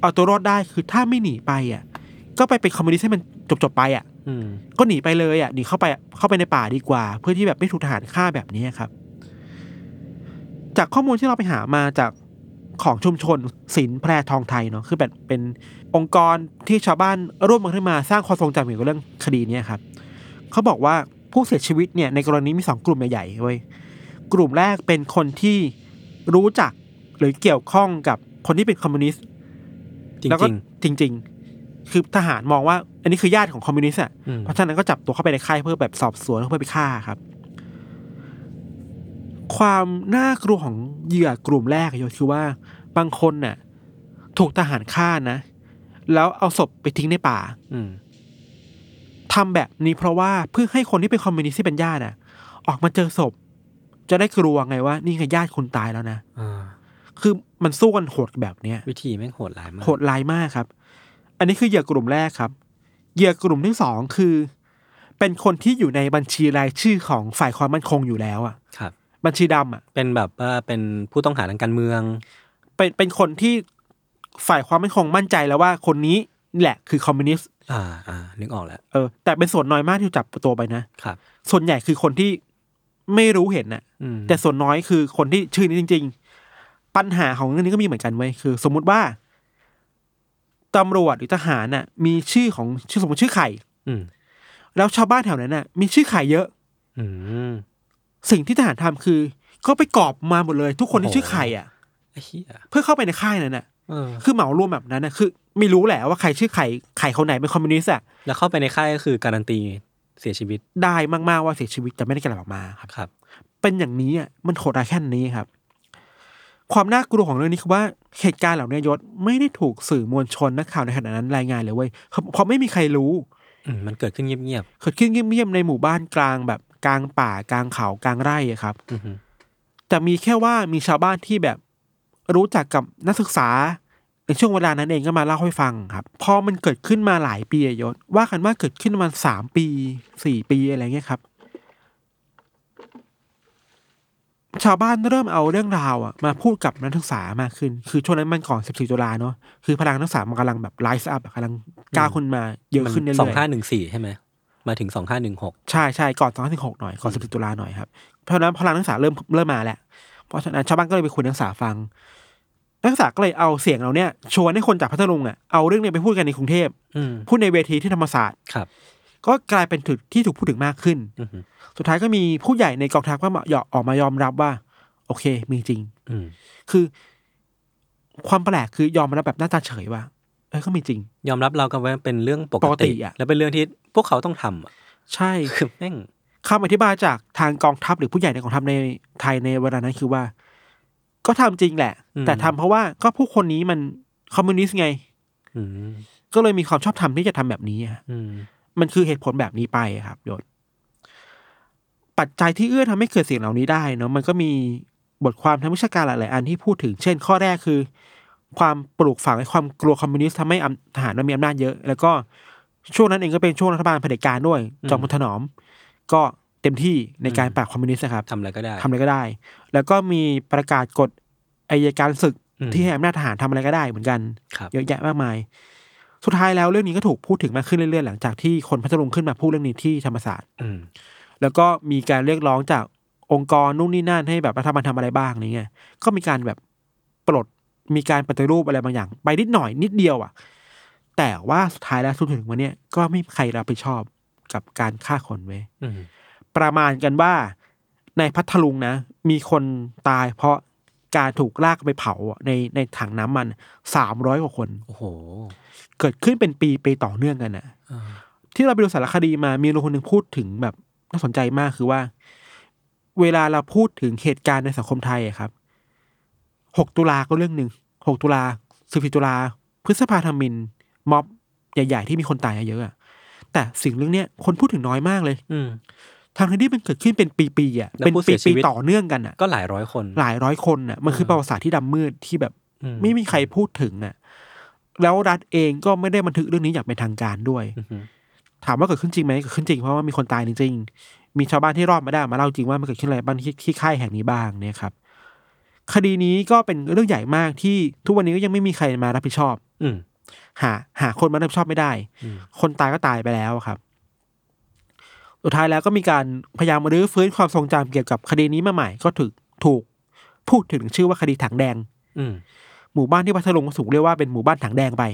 S3: เอาตัวรอดได้คือถ้าไม่หนีไปอ่ะ ก็ไปเป็นคอมมิวนิสต์ให้มันจบจบๆไปอ่ะ
S1: อืม
S3: ก็หนีไปเลยอ่ะหนีเข้าไปเข้าไปในป่าดีกว่า เพื่อที่แบบไม่ถูกทหารฆ่าแบบนี้ครับ จากข้อมูลที่เราไปหามาจากของชุมชนศิลป์แพรทองไทยเนาะคือแบบเป็นองค์กรที่ชาวบ้านร่วมมือขึ้นมาสร้างความทรงจำเกี่ยวกับเรื่องคดีเนี้ยครับเขาบอกว่าผู้เสียชีวิตเนี่ยในกรณีมีสองกลุ่มใหญ่ๆเว้ยกลุ่มแรกเป็นคนที่รู้จักหรือเกี่ยวข้องกับคนที่เป็นคอมมิวนิสต์
S1: จริง
S3: แล้ว
S1: จ
S3: ก็
S1: ริง
S3: จริง ๆ คือทหารมองว่า อันนี้คือญาติของคอมมิวนิสต์อะ
S1: อืม
S3: เพราะฉะนั้นก็จับตัวเข้าไปในค่ายเพื่อแบบสอบสวนเพื่อไปฆ่าครับ ความน่ากลัวของเหยื่อกลุ่มแรกอะโยคือว่าบางคนน่ะ ถูกทหารฆ่านะ แล้วเอาศพไปทิ้งในป่า
S1: อืม
S3: ทำแบบนี้เพราะว่าเพื่อให้คนที่เป็นคอมมิวนิสต์ที่เป็นญาติน่ะ ออกมาเจอศพ จะได้กลัวไงว่า นี่ไงญาติคุณตายแล้วนะ
S1: อ่า
S3: คือมันสู้กันโหดแบบเนี้ย
S1: วิธีแม่งโหดร้ายมาก
S3: โหดร้ายมากครับ อันนี้คือเหยื่อกลุ่มแรกครับ เหยื่อกลุ่มที่สองคือ เป็นคนที่อยู่ในบัญชีรายชื่อของฝ่ายความมั่นคงอยู่แล้วอ่ะ
S1: ครับ
S3: บัญชีดำอ่ะ
S1: เป็นแบบว่าเป็นผู้ต้องหาทางการเมือง
S3: เป็นเป็นคนที่ฝ่ายความมั่นคงมั่นใจแล้วว่าคนนี้แหละคือคอมมิวนิสต์
S1: อ่าอ่านึกออกแล้ว
S3: เออแต่เป็นส่วนน้อยมากที่จับตัวไปนะ
S1: ครับ
S3: ส่วนใหญ่คือคนที่ไม่รู้เห็นน่ะ
S1: อืม
S3: แต่ส่วนน้อยคือคนที่ชื่อนี้จริง ๆ ปัญหาของเรื่องนี้ก็มีเหมือนกันเว้ยคือ สมมุติว่าตำรวจหรือทหารน่ะ มีชื่อของชื่อสมมติชื่อไข่
S1: อืม
S3: แล้วชาวบ้านแถวนั้นน่ะมีชื่อขายเยอะ
S1: อืม
S3: สิ่งที่ทหารทำคือ ก็ไปกอบมาหมดเลย ทุกคนที่
S1: โอ้โห
S3: ชื่อไข่อ่ะ
S1: ไอ้เหี้ย
S3: เพื่อเข้าไปในค่ายนั้นน่ะ
S1: เออ
S3: คือเหมารวมแบบนั้นน่ะคือ ไม่รู้แหละว่าใครชื่อไข่ไข่เขาไหนเป็นคอมมิวนิสต์อ่ะ
S1: แล้วเข้าไปในค่ายก็คือการันตีเสียชีวิต
S3: ได้มากๆว่าเสียชีวิตแต่ไม่ได้กลับออกมาครับ
S1: ครับ
S3: เป็นอย่างนี้อ่ะมันโหดร้ายแค่นี้ครับ ความน่ากลัวของเรื่องนี้คือว่าเหตุการณ์เหล่านี้ยศไม่ได้ถูกสื่อมวลชนนักข่าวในขณะนั้นรายงานเลยเว้ยเพราะไม่มีใครรู้
S1: อืมมันเกิดขึ้นเงียบ
S3: เกิดขึ้นเงียบๆในหมู่บ้านกลางแบบกลางป่ากลางเขากลางไร่อะครับ
S1: ๆอือฮึ
S3: แต่มีแค่ว่ามีชาวบ้านที่แบบรู้จักกับนักศึกษาในช่วงเวลานั้นเองก็มาเล่าให้ฟังครับ พอมันเกิดขึ้นมาหลายปีอะยศว่ากันว่าเกิดขึ้นมาสามปีสี่ปีอะไรเงี้ยครับ ชาวบ้านเริ่มเอาเรื่องราวอะมาพูดกับนักศึกษามากขึ้น คือช่วงนั้นมันก่อนสิบสี่ตุลาเนาะคือพลังนักศึกษามันกำลังแบบไลฟ์อัพกำลังก้าวขึ้นมาเยอะขึ้นเรื่อยๆ
S1: สองห้าหนึ่งสี่ใช่ไหมมาถึงสองห้าหนึ่งหก
S3: ใช่ใช่ก่อน2 5 1 6หน่อย ก่อน1 4ตุลาหน่อยครับ เพราะฉะนั้นพลังนักศึกษาเริ่มเริ่มมาแหละ เพราะฉะนั้นชาวบ้านก็เลยไปคุยนักศึกษาฟัง นักศึกษาก็เลยเอาเสียงเราเนี่ยชวนให้คนจากพัทลุงอ่ะเอาเรื่องเนี้ไปพูดกันในกรุงเทพ
S1: อืม
S3: พูดในเวทีที่ธรรมศาสตร์
S1: ครับ
S3: ก็กลายเป็นถึกที่ถูกพูดถึงมากขึ้น
S1: อือฮึ
S3: สุดท้ายก็มีผู้ใหญ่ในกองทัพก็มาออกมายอมรับว่า โอเค มีจริง
S1: อืม
S3: คือ ความแปลกคือยอมรับแบบหน้าตาเฉยว่าเออก็มีจริง
S1: ยอมรับเรากันไว้เป็นเรื่องปก
S3: ปกติ
S1: ติ
S3: อะ
S1: แล้วเป็นเรื่องที่พวกเขาต้องทำอ่ะ
S3: ใช่
S1: คือแม่ง
S3: คำอธิบายจากทางกองทัพหรือผู้ใหญ่ในกองทัพในไทยในเวลานั้นคือว่า ก็ทำจริงแหละ แต่ทำเพราะว่าก็ผู้คนนี้มันคอมมิวนิสต์ไง
S1: อืม
S3: ก็เลยมีความชอบธรรมที่จะทำแบบนี้อะ
S1: อืม
S3: มันคือเหตุผลแบบนี้ไปอะครับยศปัจจัยที่เอื้อทำให้เกิดสิ่งเหล่านี้ได้เนาะมันก็มีบทความทางวิชาการหลาย ๆ อันที่พูดถึง เช่น ข้อแรกคือ ความปลูกฝังให้ความกลัวคอมมิวนิสต์ทำให้อำทหารมันมีอำนาจเยอะ แล้วก็ช่วงนั้นเองก็เป็นช่วงรัฐบาลเผด็จการด้วย จอมพลถนอม ก็เต็มที่ในการปราบคอมมิวนิสต์นะครับ
S1: ทำอะไรก็ได้
S3: ทำอะไรก็ได้ แล้วก็มีประกาศกฎอายการศึก
S1: อืม
S3: ที่ให้อำนาจทหารทำอะไรก็ได้เหมือนกัน
S1: ครับ
S3: เยอะแยะมากมาย สุดท้ายแล้วเรื่องนี้ก็ถูกพูดถึงมากขึ้นเรื่อยๆ หลังจากที่คนพัทลุงขึ้นมาพูดเรื่องนี้ที่ธรรมศาสตร์
S1: อืม
S3: แล้วก็มีการเรียกร้องจากองค์กรนู่นนี่นั่นให้แบบรัฐบาลทำอะไรบ้างนี่ไงก็มีการแบบปลดมีการปฏิรูปอะไรบางอย่าง ไปนิดหน่อยนิดเดียวอ่ะ แต่ว่าสุดท้ายแล้วทุนถึงวันเนี้ยก็ไม่มีใครรับผิดชอบกับการฆ่าคนเว้ย
S1: อืม
S3: ป ประมาณกันว่า ในพัทลุงนะ มีคนตายเพราะการถูกลากไปเผาอะในในถังน้ำมันสามร้อยกว่าคน
S1: โอ้โห
S3: เกิดขึ้นเป็นปีไปต่อเนื่องกันนะ
S1: อ่า
S3: ที่เราไปดูสารคดีมามีลุงคนหนึ่งพูดถึงแบบน่าสนใจมากคือว่า เวลาเราพูดถึงเหตุการณ์ในสังคมไทยอะครับหกตุลาก็เรื่องหนึ่งหกตุลาสิบสี่ตุลาพฤษภาธมิน ม็อบใหญ่ ๆ ที่มีคนตายเยอะๆอะแต่สิ่งเรื่องเนี้ยคนพูดถึงน้อยมากเลย
S1: อืม
S3: ทางที่มันเกิดขึ้นเป็นปีๆอ่ะ
S1: แล้ว
S3: เป็น
S1: ผู้เสียชี
S3: ปี
S1: วิต
S3: ๆต่อเนื่องกันอ่ะ
S1: ก็หลายร้อยคน
S3: หลายร้อยคนน่ะมันคือประวัติศาสตร์ที่ดำมืดที่แบบ
S1: อืม
S3: ไม่มีใครพูดถึงอ่ะแล้วรัฐเองก็ไม่ได้บันทึกเรื่องนี้อย่างเป็นทางการด้วย
S1: อื้อหือ
S3: ถามว่าเกิดขึ้นจริงไหมเกิดขึ้นจริงเพราะว่ามีคนตายจริงๆมีชาวบ้านที่รอดมาได้มาเล่าจริงว่ามันเกิดขึ้นอะไรบ้างที่ที่ค่ายแห่งนี้บ้างเนี่ยครับ คดีนี้ก็เป็นเรื่องใหญ่มากที่ทุกวันนี้ก็ยังไม่มีใครมารับผิดชอบ
S1: อืม
S3: หาหาคนมารับผิดชอบไม่ได้
S1: อืม
S3: คนตายก็ตายไปแล้วครับ สุดท้ายแล้วก็มีการพยายามรื้อฟื้นความทรงจำเกี่ยวกับคดีนี้มาใหม่ ก็ถูกถูกพูดถึงชื่อว่าคดีถังแดง
S1: อืม
S3: หมู่บ้านที่พัทลุงก็ถูกเรียกว่าเป็นหมู่บ้านถังแดงไป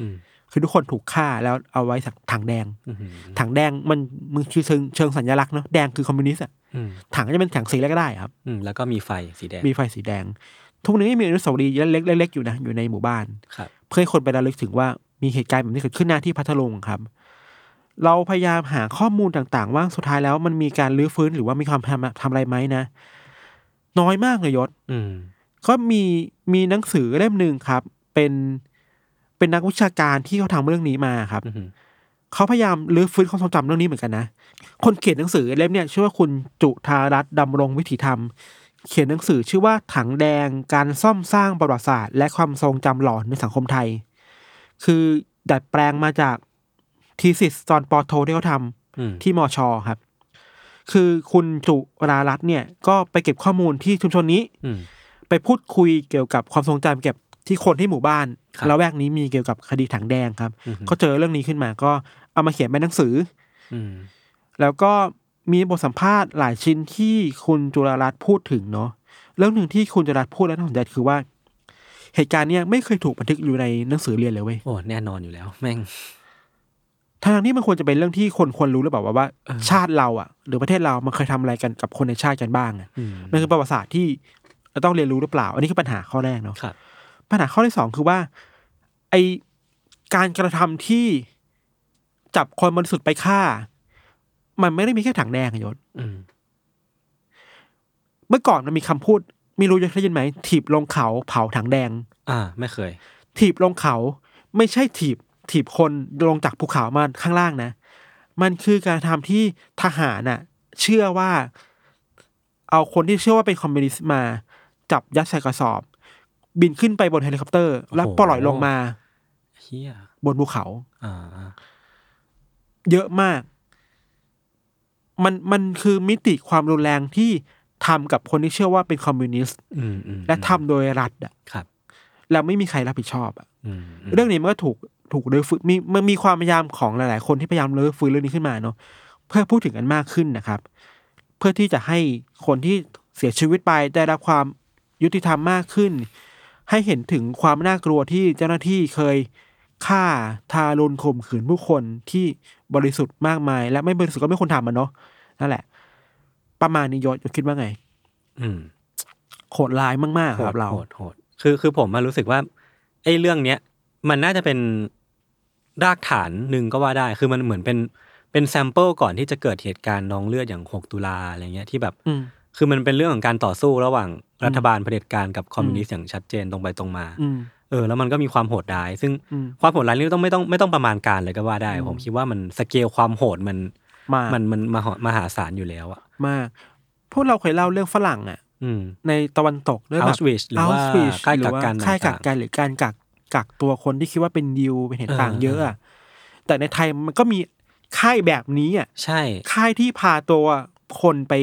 S1: อืม
S3: คือทุกคนถูกฆ่าแล้วเอาไว้ถังถังแดง
S1: อื้อหือ
S3: ถังแดงมันมันคือเชิงเชิงสัญลักษณ์เนาะแดงคือคอมมิวนิสต์อะ
S1: อืม
S3: ถังก็จะเป็นถังสีอะไรก็ได้ครับ
S1: อืมแล้วก็มีไฟสีแดง
S3: มีไฟสีแดง ทุกวันนี้ยังมีอนุสาวรีย์เล็กๆเล็กๆอยู่นะอยู่ในหมู่บ้าน
S1: ครับ
S3: เพื่อให้คนไประลึกถึงว่ามีเหตุการณ์แบบนี้เกิดขึ้นหน้าที่พัทลุงครับ เราพยายามหาข้อมูลต่างๆ ว่าสุดท้ายแล้วมันมีการรื้อฟื้นหรือว่ามีความทำทำอะไรไหมนะ น้อยมากเลยยศ
S1: อืม
S3: ก็มีมีหนังสือเล่มหนึ่งครับ เป็นเป็นนักวิชาการที่เขาทำเรื่องนี้มาครับ
S1: อือหือ
S3: เขาพยายามรื้อฟื้นความทรงจำเรื่องนี้เหมือนกันนะ คนเขียนหนังสือเล่มเนี่ยชื่อว่าคุณจุธารัตน์ดำรงวิถีธรรม เขียนหนังสือชื่อว่าถังแดงการซ่อมสร้างประวัติศาสตร์ และความทรงจำหลอนในสังคมไทย คือดัดแปลงมาจากทีสิสตอนปอโทที่เขาท
S1: อืม
S3: ำที่มอชอครับ คือคุณจุรารัตน์เนี่ยก็ไปเก็บข้อมูลที่ชุมชนนี้
S1: อืม
S3: ไปพูดคุยเกี่ยวกับความทรงจำเกี่ยวกับที่คนที่หมู่บ้าน
S1: ครับ
S3: ละแวกนี้มีเกี่ยวกับคดีถังแดงครับ ก็เจอเรื่องนี้ขึ้นมาก็เอามาเขียนเป็นหนังสือ
S1: อืม
S3: แล้วก็มีบทสัมภาษณ์หลายชิ้นที่คุณจุลรัตน์พูดถึงเนาะเรื่องหนึ่งที่คุณจุลรัตน์พูดแล้วน่าสนใจคือว่า เหตุการณ์เนี้ยไม่เคยถูกบันทึกอยู่ในหนังสือเรียนเลยเว้ย
S1: โอ้แน่นอนอยู่แล้ว *laughs* แม่ง
S3: ทั้งๆที่มันควรจะเป็นเรื่องที่คนควรรู้หรือเปล่าว่าว่า
S1: เออ
S3: ชาติเราอ่ะ หรือประเทศเรามันเคยทำอะไรกันกับคนในชาติกันบ้างอะ
S1: อืม
S3: มันคือประวัติศาสตร์ที่เราต้องเรียนรู้หรือเปล่า อันนี้คือปัญหาข้อแรกเนาะ
S1: ครับ
S3: ปัญหาข้อที่สองคือว่าไอการกระทำที่จับคนบริสุทธิ์ไปฆ่า มันไม่ได้มีแค่ถังแดงอะยศ
S1: อืม
S3: เมื่อก่อนมันมีคำพูดไมีรู้จะได้ยินไหมถีบลงเขาเผาถังแดง
S1: อ่า ไม่เคย
S3: ถีบลงเขา ไม่ใช่ถีบ ถีบคนลงจากภูเขามาข้างล่างนะ มันคือการทำที่ทหารน่ะ เชื่อว่า เอาคนที่เชื่อว่าเป็นคอมมิวนิสต์มา จับยัดใส่กระสอบ บินขึ้นไปบนเฮลิคอปเตอร์ แล้ว
S1: โอ้โห
S3: ปล่อยลงมา
S1: เฮีย
S3: บนภูเขา
S1: อ่า
S3: เยอะมาก มันมันคือมิติความรุนแรงที่ทำกับคนที่เชื่อว่าเป็นคอมมิวนิสต์
S1: อืมอืม
S3: และทำโดยรัฐอะ
S1: ครับ
S3: แล้วไม่มีใครรับผิดชอบอะ
S1: อืมม
S3: เรื่องนี้มันก็ถูกถูกรื้อฟื้นมีมันมีความพยายามของหลาย ๆ คนที่พยายามรื้อฟื้นเรื่องนี้ขึ้นมาเนาะเพื่อพูดถึงกันมากขึ้นนะครับ เพื่อที่จะให้คนที่เสียชีวิตไปได้รับความยุติธรรมมากขึ้น ให้เห็นถึงความน่ากลัวที่เจ้าหน้าที่เคยฆ่าทารุณข่มขืนผู้คนที่บริสุทธิ์มากมาย และไม่บริสุทธิ์ก็ไม่ควรทำมันเนาะนั่นแหละ ประมาณนี้ยศคิดว่าไง
S1: อืม
S3: โหดร้ายมากๆครับเรา
S1: โหดโหดคือคือผมมารู้สึกว่าไอ้เรื่องเนี้ยมันน่าจะเป็นรากฐานหนึ่งก็ว่าได้ คือมันเหมือนเป็นเป็นแซมเปิลก่อนที่จะเกิดเหตุการณ์นองเลือดอย่าง 6 ตุลาอะไรเงี้ยที่แบบ
S3: อืม
S1: คือมันเป็นเรื่องของการต่อสู้ระหว่างรัฐบาลเผด็จการกับคอมมิวนิสต์อย่างชัดเจนตรงไปตรงมา
S3: อืม
S1: เออแล้วมันก็มีความโหดร้าย ซึ่ง
S3: อืม
S1: ความโหดร้ายนี่ต้องไม่ต้องไม่ต้องประมาณการเลยก็ว่าได้
S3: อืม
S1: ผมคิดว่ามันสเกลความโหดมัน
S3: มาก
S1: มันมันมหามหาศาลอยู่แล้วอะ
S3: มาก พวกเราเคยเล่าเรื่องฝรั่งอะ
S1: อืม
S3: ในตะวันตกเรื่องแบบ
S1: Auschwitz หรือว่า
S3: Auschwitz
S1: ค่าย
S3: ห
S1: กั
S3: รื
S1: ก
S3: ว่า
S1: กัน
S3: ค่ายกัก
S1: ต่างๆ
S3: กันหรือการกักกักตัวคนที่คิดว่าเป็นยิวเป็นเห็นต่าง
S1: เออ
S3: เยอะอะแต่ในไทยมันก็มีค่ายแบบนี้อ่ะ
S1: ใช่
S3: ค่ายที่พาตัวคนไป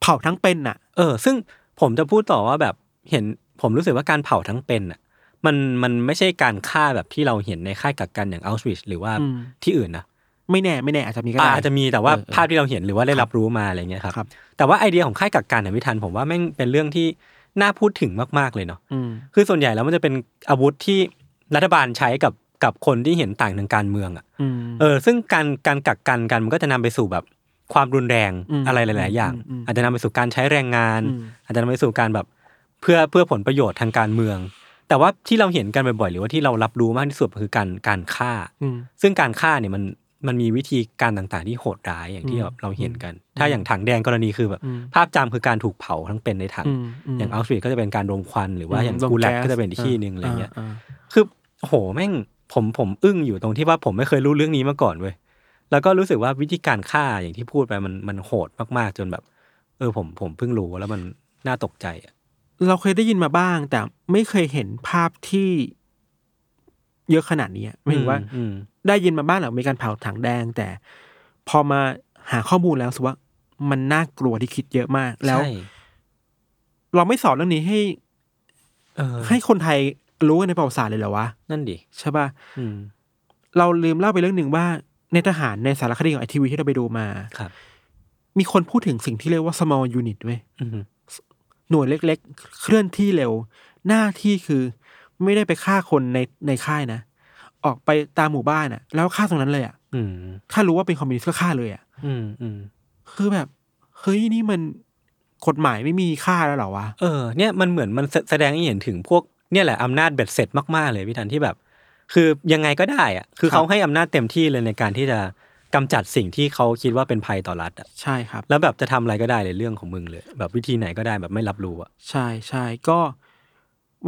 S3: เผาทั้งเป็นน่ะ
S1: เออซึ่งผมจะพูดต่อว่าแบบเห็นผมรู้สึกว่าการเผาทั้งเป็นอ่ะมันมันไม่ใช่การฆ่าแบบที่เราเห็นในค่ายกักกันอย่างอัลชวิชหรือว่า
S3: อืม
S1: ที่อื่นนะ
S3: ไม่แน่ไม่แน่อาจจะมีก็
S1: อ่า
S3: ได้
S1: อาจจะมีแต่ว่า
S3: เออเออ
S1: ภาพที่เราเห็นหรือว่าได้รับรู้มาอะไรเงี้ยครับ
S3: ครับ
S1: แต่ว่าไอเดียของค่ายกักกันเนี่ยพิทันผมว่าแม่งเป็นเรื่องที่น่าพูดถึงมากๆเลยเนาะ
S3: อืม
S1: คือส่วนใหญ่แล้วมันจะเป็นอาวุธที่รัฐบาลใช้กับกับคนที่เห็นต่างทางการเมืองอ่ะ
S3: อืม
S1: เออซึ่งการการกักกันกันมันก็จะนำไปสู่แบบ ความรุนแรง
S3: อืม
S1: อะไรหลาย ๆ อย่าง
S3: อืมอืม
S1: อาจจะนำไปสู่การใช้แรงงาน
S3: อืม
S1: อาจจะนำไปสู่การแบบเพื่อเพื่อผลประโยชน์ทางการเมือง แต่ว่าที่เราเห็นกันบ่อย ๆ หรือว่าที่เรารับรู้มากที่สุดคือการการฆ่า
S3: อืม
S1: ซึ่งการฆ่าเนี่ยมันมันมีวิธีการต่างๆที่โหดร้ายอย่างที่
S3: อืม
S1: แบบเราเห็นกัน ถ้าอย่างถังแดงกรณีคือแบบ
S3: อืม
S1: ภาพจำคือการถูกเผาทั้งเป็นในถัง
S3: อืมม
S1: อย่างอัลสวิตก็จะเป็นการรมควันหรือว่าอย่าง
S3: มลม
S1: กูแลก
S3: ส
S1: ก็จะเป็นอีกที่หนึ่งอะไรเงี้ย
S3: า
S1: คือโหแม่งผมผมอึ้งอยู่ตรงที่ว่าผมไม่เคยรู้เรื่องนี้มาก่อนเว้ยแล้วก็รู้สึกว่าวิธีการฆ่าอย่างที่พูดไปมันมันโหดมากๆจนแบบ เออผมผมเพิ่งรู้แล้วมันน่าตกใจอะ
S3: เราเคยได้ยินมาบ้าง แต่ไม่เคยเห็นภาพที่เยอะขนาดนี้อะหมายถึงว่า
S1: อืม
S3: ได้ยินมาบ้างแหละมีการเผาถังแดง แต่พอมาหาข้อมูลแล้วรู้สึกว่ามันน่ากลัวที่คิดเยอะมาก แล้ว
S1: ใช่
S3: เราไม่สอนเรื่องนี้ให้
S1: เออ
S3: ให้คนไทยรู้กันในประวัติศาสตร์เลยเหรอวะ
S1: นั่นดิ
S3: ใช่ปะ
S1: อืม
S3: เราลืมเล่าไปเรื่องหนึ่งว่า ในทหารในสารคดีของไอทีวีที่เราไปดูมา
S1: ครับ
S3: มีคนพูดถึงสิ่งที่เรียกว่า small unit เว้ย
S1: อืม
S3: หน่วยเล็ก ๆ เคลื่อนที่เร็ว หน้าที่คือไม่ได้ไปฆ่าคนในในค่ายนะ ออกไปตามหมู่บ้านอ่ะ แล้วฆ่าตรงนั้นเลยอ่ะ
S1: อืม
S3: ถ้ารู้ว่าเป็นคอมมิวนิสต์ก็ฆ่าเลยอ่ะ
S1: อืมอืม
S3: คือแบบ เฮ้ย นี่มันกฎหมายไม่มีค่าแล้วเหรอวะ
S1: เออเนี่ยมันเหมือนมันแสแสดงให้เห็นถึงพวกเนี่ยแหละอำนาจเบ็ดเสร็จมากๆเลยพี่ทันที่แบบ คือยังไงก็ได้อะคือ
S3: ครับ
S1: เขาให้อำนาจเต็มที่เลยในการที่จะกำจัดสิ่งที่เขาคิดว่าเป็นภัยต่อรัฐอะ
S3: ใช่ครับ
S1: แล้วแบบจะทำอะไรก็ได้เลยเรื่องของมึงเลย แบบวิธีไหนก็ได้แบบไม่รับรู้อะ
S3: ใช่ใช่ก็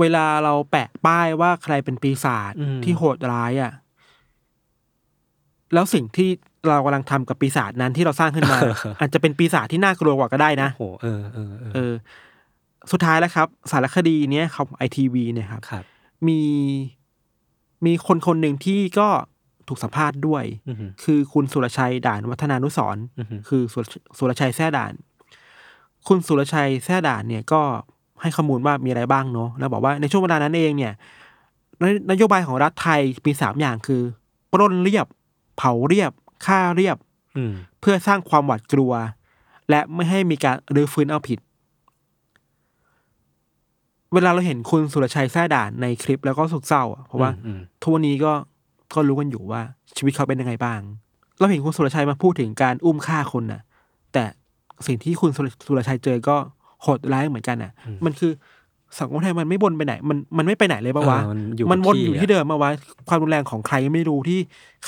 S3: เวลาเราแปะป้ายว่าใครเป็นปีศาจ
S1: อืม
S3: ที่โหดร้ายอ่ะ แล้วสิ่งที่เรากำลังทำกับปีศาจนั้นที่เราสร้างขึ้นมา
S1: *laughs*
S3: อาจจะเป็นปีศาจที่น่ากลัวกว่าก็ได้นะ
S1: โหเออเออเออ
S3: เออ สุดท้ายแล้วครับ สารคดีเนี้ยของไอทีวีเนี่ยครับ
S1: ครับ
S3: มีมีคนคนหนึ่งที่ก็ถูกสัมภาษณ์ด้วย
S1: อือหือ
S3: คือคุณสุรชัยด่านวัฒนานุสรณ์
S1: อือฮึ
S3: คือสุรสุรชัยแท่ด่าน คุณสุรชัยแท่ด่านเนี่ยก็ให้ข้อมูลว่ามีอะไรบ้างเนาะแล้วบอกว่าในช่วงเวลานั้นเองเนี่ยนโนโยบายของรัฐไทยมีสามอย่างคือปล้นเรียบ เผาเรียบฆ่าเรียบ
S1: อืม
S3: เพื่อสร้างความหวาดกลัว และไม่ให้มีการรื้อฟื้นเอาผิด เวลาเราเห็นคุณสุรชัยแท่ด่านในคลิปแล้วก็สุกเศร้าอะเพราะว่า
S1: อืม
S3: ทุกวันนี้ก็ก็รู้กันอยู่ว่าชีวิตเขาเป็นยังไงบ้าง เราเห็นคุณสุรชัยมาพูดถึงการอุ้มฆ่าคนน่ะ แต่สิ่งที่คุณสุรสุรชัยเจอก็โหดร้ายเหมือนกันน่ะ มันคือสังคมไทยมันไม่บนไปไหน มันมันไม่ไปไหนเลยปะวะ
S1: เออมันอยู่
S3: มันวนอยู่ที่
S1: อะ
S3: เดิมมาวะความรุนแรงของใครก็ไม่รู้ที่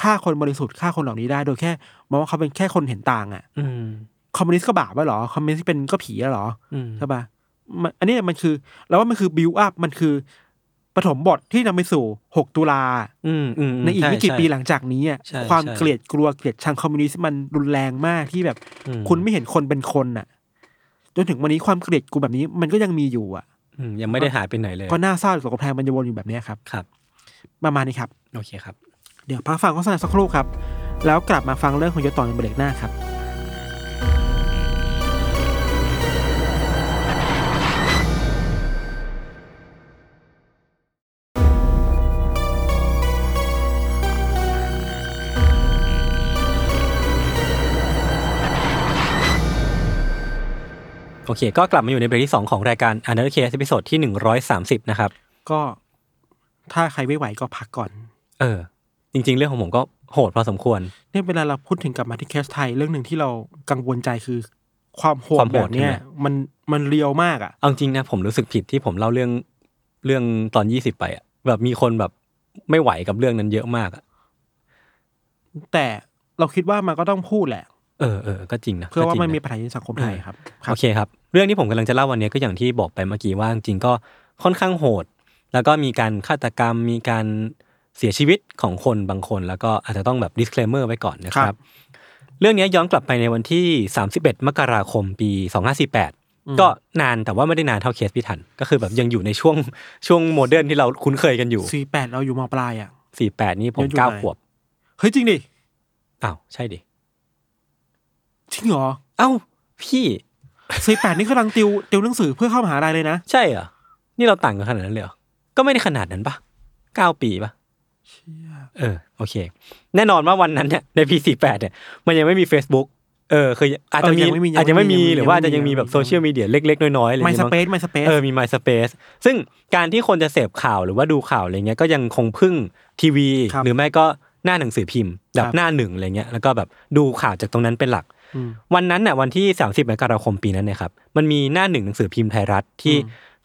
S3: ฆ่าคนบริสุทธิ์ฆ่าคนเหล่านี้ได้ โดยแค่มองว่าเขาเป็นแค่คนเห็นต่างอ่ะ
S1: อืม
S3: คอมมิวนิสต์ก็บาปแล้วะเหรอคอมมิวนิสต์เป็นก็ผีแล้วเหรอ
S1: อืม
S3: ใช่ปะมันอันนี้มันคือเราว่ามันคือบิวอัพมันคือปฐมบทที่นำไปสู่ 6 ตุลา
S1: อืมอืม
S3: ในอีกไม่กี่
S1: ช่
S3: ปีหลังจากนี้อ่ะ
S1: ใช่
S3: ความ
S1: ใช่
S3: เกลียดกลัวเกลียดชังคอมมิวนิสต์มันรุนแรงมากที่แบบ
S1: อืม
S3: คุณไม่เห็นคนเป็นคนน่ะ จนถึงวันนี้ความเกลียดกลัวแบบนี้มันก็ยังมีอยู่อ่ะ
S1: อืมยังไม่ได้หายไปไหนเลย
S3: ก็น่าเศร้าสังคมไทยมันจะวนอยู่แบบเนี้ยครับ
S1: ครับ
S3: ประมาณนี้ครับ
S1: โอเคครับ
S3: เดี๋ยวพักฟังโฆษณาสักครู่ครับ แล้วกลับมาฟังเรื่องของยศต่อในเบรกหน้าครับ
S1: โอเค ก็กลับมาอยู่ในเบรกที่สองของรายการ u n d e r c a s e ตอนที่130นะครับ
S3: ก็ถ้าใครไม่ไหวก็พักก่อน
S1: เออ จริง ๆ เรื่องของผมก็โหดพอสมควร
S3: เนี่ยเวลาเราพูดถึงกลับมาที่แคสไทยเรื่องหนึ่งที่เรากังวลใจคือ ความโห
S1: ค
S3: ด
S1: วามโห
S3: แบ
S1: ด
S3: บเนี้ย
S1: ใช่ไหม
S3: มันมันเรียวมากอ่ะ
S1: เอาจริงนะผมรู้สึกผิดที่ผมเล่าเรื่องเรื่องตอนยี่สิบไปอะแบบมีคนแบบไม่ไหวกับเรื่องนั้นเยอะมากอะ
S3: แต่เราคิดว่ามันก็ต้องพูดแหละ
S1: เออเออก็จริงนะ
S3: เพื่อ
S1: ก็
S3: ว่า
S1: จริ
S3: มันมี
S1: งะ
S3: ปัญหาในสังคมไทย
S1: เออ
S3: ครับ
S1: โอเคครับ เรื่องที่ผมกำลังจะเล่าวันนี้ก็อย่างที่บอกไปเมื่อกี้ว่าจริงๆก็ค่อนข้างโหด แล้วก็มีการฆาตกรรมมีการเสียชีวิตของคนบางคน แล้วก็อาจจะต้องแบบ disclaimer ไว้ก่อนนะค
S3: ค
S1: รั
S3: รับ บ
S1: เรื่องนี้ย้อนกลับไปในวันที่ 31 มกราคมปี 2548 ก็นานแต่ว่าไม่ได้นานเท่าเคสพิทัน ก็คือแบบยังอยู่ในช่วง *laughs* ช่วงโมเดิร์นที่เราคุ้นเคยกันอยู่
S3: สี่แปดเราอยู่มปลายอ่ะ
S1: สี่แปดนี่ผม
S3: ยังอยู่
S1: เก้า
S3: ไหน
S1: ขวบ
S3: เฮ้ยจริงดิ
S1: อ้าว ใช่ดิ
S3: จริงเหรอ
S1: เอ้า พี่
S3: สี่แปดนี่กำลังติวติวหนังสือเพื่อเข้ามหาลัยเลยนะ
S1: ใช่เหรอ นี่เราต่างกันขนาดนั้นเลยเหรอ ก็ไม่ได้ขนาดนั้นปะเก้าปีปะเออ โอเค แน่นอนว่าวันนั้นเนี่ยในปีสี่แปดเนี่ย มันยังไม่มี Facebook เออคืออาจจะมีอาจจะไม่มีหรือว่าอาจจะยังมีแบบโซเชียลมีเดียเล็ก ๆ น้อยๆอะไรอย่าง
S3: ไม
S1: เงี้ย
S3: ส
S1: มั้ง
S3: เปซไมสเปซ
S1: เออมี MySpace ซึ่งการที่คนจะเสพข่าวหรือว่าดูข่าวอะไรเงี้ยก็ยังคงพึ่งทีวี
S3: ครับ
S1: หรือไม่ก็หน้าหนังสือพิมพ์ แบบ
S3: ครับ
S1: หน้าหนึ่งอะไรเงี้ยแล้วก็แบบดูข่าวจากตรงนั้นเป็นหลัก
S3: อืม
S1: วันนั้นน่ะวันที่ 30มกราคมปีนั้นเนี่ยครับมันมีหน้าหนึ่งหนังสือพิมพ์ไทยรัฐที่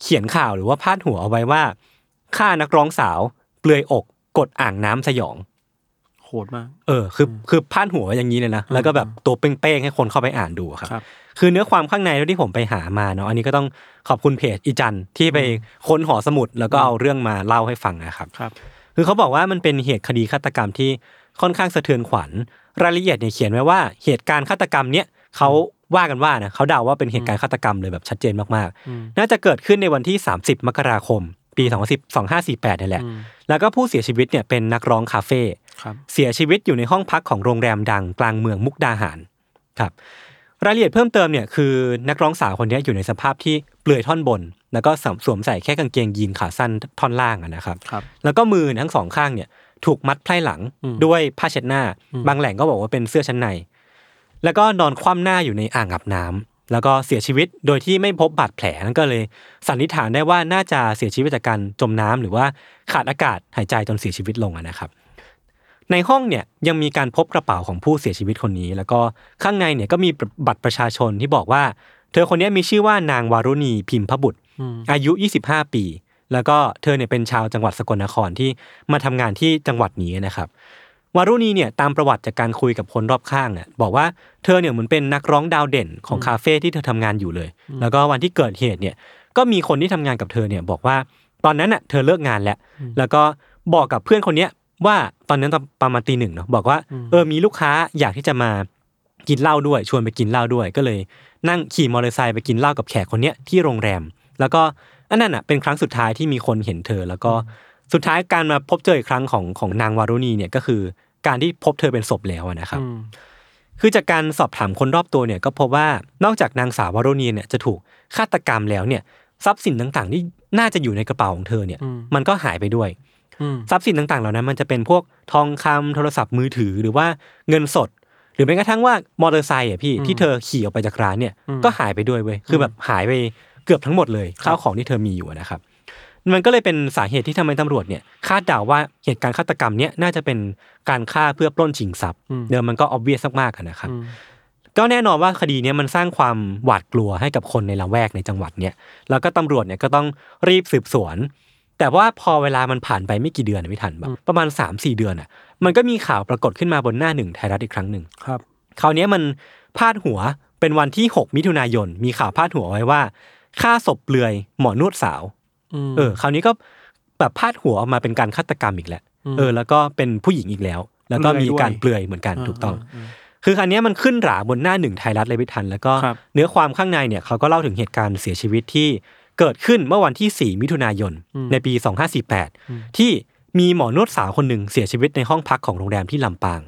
S1: เขียนข่าวหรือว่าพาดหัวเอาไว้ว่าฆ่านักร้องสาวเปลือยอกกดอ่างน้ำสยอง
S3: โหดมาก
S1: เออคือคือพาดหัวอย่างนี้เลยนะแล้วก็แบบตัวเป้งๆให้คนเข้าไปอ่านดูอะครับ
S3: ครับ
S1: คือเนื้อความข้างในที่ผมไปหามาเนาะอันนี้ก็ต้องขอบคุณเพจอีจันที่ไปค้นหอสมุดแล้วก็เอาเรื่องมาเล่าให้ฟังนะครับ
S3: ครับ
S1: คือเขาบอกว่ามันเป็นเหตุคดีฆาตกรรมที่ค่อนข้างสะเทือนขวัญรายละเอียดเนี่ยเขียนไว้ว่าเหตุการณ์ฆาตกรรมเนี้ยเขาว่ากันว่านะเขาเดาว่าเป็นเหตุการณ์ฆาตกรรมเลยแบบชัดเจนมาก
S3: อืม
S1: ๆ น่าจะเกิดขึ้นในวันที่ 30 มกราคม ปี2 5 4 8นี่แหละ
S3: อืม
S1: แล้วก็ผู้เสียชีวิตเนี่ยเป็นนักร้องคาเฟ่
S3: ครับ
S1: เสียชีวิตอยู่ในห้องพักของโรงแรมดังกลางเมืองมุกดาหารครับรายละเอียดเพิ่มเติมเนี่ยคือนักร้องสาวคนเนี้ยอยู่ในสภาพที่เปลือยท่อนบน แล้วก็สวมใส่แค่กางเกงยีนขาสั้นท่อนล่างอะนะครับ
S3: ครับ
S1: แล้วก็มือทั้งสองข้างเนี่ยถูกมัดไพร่หลัง
S3: อืม
S1: ด้วยผ้าเช็ดหน้า บางแหล่งก็บอกว่าเป็นเสื้อชั้นใน แล้วก็นอนคว่ำหน้าอยู่ในอ่างอาบน้ำแล้วก็เสียชีวิตโดยที่ไม่พบบาดแผลนั่นก็เลยสันนิษฐานได้ว่าน่าจะเสียชีวิตจากการจมน้ำหรือว่าขาดอากาศหายใจจนเสียชีวิตลงอะนะครับ ในห้องเนี่ยยังมีการพบกระเป๋าของผู้เสียชีวิตคนนี้ แล้วก็ข้างในเนี่ยก็มีบัตรประชาชนที่บอกว่า เธอคนนี้มีชื่อว่านางวารุณีพิมพบุตร อายุ 25 ปี แล้วก็เธอเนี่ยเป็นชาวจังหวัดสกลนครที่มาทำงานที่จังหวัดนี้นะครับวารุณีเนี่ยตามประวัติจากการคุยกับคนรอบข้างเนี่ยบอกว่าเธอเนี่ยเหมือนเป็นนักร้องดาวเด่นของคาเฟ่ที่เธอทำงานอยู่เลย แล้วก็วันที่เกิดเหตุเนี่ยก็มีคนที่ทำงานกับเธอเนี่ยบอกว่าตอนนั้นน่ะเธอเลิกงานแล้ว แล้วก็บอกกับเพื่อนคนเนี้ยว่าตอนนั้นตอนประมาณตีหนึ่งเนาะบอกว่าเออมีลูกค้าอยากที่จะมากินเหล้าด้วยชวนไปกินเหล้าด้วยก็เลย นั่งขี่มอเตอร์ไซค์ไปกินเหล้ากับแขกคนเนี้ยที่โรงแรม แล้วก็อันนั้นอ่ะเป็นครั้งสุดท้ายที่มีคนเห็นเธอ แล้วก็สุดท้ายการมาพบเจออีกครั้งของของนางวารุณีเนี่ยก็คือการที่พบเธอเป็นศพแล้วอะนะครับ
S3: อืม
S1: คือจากการสอบถามคนรอบตัวเนี่ยก็พบว่านอกจากนางสาววารุณีเนี่ยจะถูกฆาตกรรมแล้วเนี่ยทรัพย์สินต่างๆ ที่น่าจะอยู่ในกระเป๋าของเธอเนี่ย
S3: อืม
S1: มันก็หายไปด้วย
S3: อืม
S1: ทรัพย์สินต่างๆ เหล่านั้นมันจะเป็นพวกทองคำโทรศัพท์มือถือหรือว่าเงินสด หรือแม้กระทั่งว่ามอเตอร์ไซค์อ่ะพี่ที่เธอขี่ออกไปจากร้านเนี่ยก็หายไปด้วยเว้ยคือแบบหายไปเกือบทั้งหมดเลยข้าวของที่เธอมีอยู่อะนะครับ มันก็เลยเป็นสาเหตุที่ทำให้ตำรวจเนี่ยคาดเดาว่าเหตุการณ์ฆาตกรรมเนี้ยน่าจะเป็นการฆ่าเพื่อปล้นชิงทรัพย์ เดิมมันก็ออบเวียสมากๆอะนะครับ ก็แน่นอนว่าคดีเนี้ยมันสร้างความหวาดกลัวให้กับคนในละแวกในจังหวัดเนี่ยแล้วก็ตำรวจเนี่ยก็ต้องรีบสืบสวน แต่ว่าพอเวลามันผ่านไปไม่กี่เดือนนะพี่ทันแบบประมาณ 3 4 เดือนอ่ะมันก็มีข่าวปรากฏขึ้นมาบนหน้าหนึ่งไทยรัฐอีกครั้งหนึ่ง
S3: ครับ
S1: คราวเนี้ยมันพาดหัวเป็นวันที่ 6 มิถุนายน มีข่าวพาดหัวไว้ว่าฆ่าศพเปลือยหมอนวดสาว เออคราวนี้ก็แบบพาดหัวออกมาเป็นการฆาตกรรมอีกแล้วเออ แล้วก็เป็นผู้หญิงอีกแล้ว แล้วก็มีการเปลือยเหมือนกันถูกต้อง คืออันเนี้ยมันขึ้นหราบนหน้าหนึ่งไทยรัฐเลยพิทัน แล้วก็
S3: ครับ
S1: เนื้อความข้างในเนี่ยเขาก็เล่าถึงเหตุการณ์เสียชีวิตที่เกิดขึ้นเมื่อวันที่ 4 มิถุนายน ในปี 2548 ที่มีหมอนวดสาวคนหนึ่งเสียชีวิตในห้องพักของโรงแรมที่ลำปาง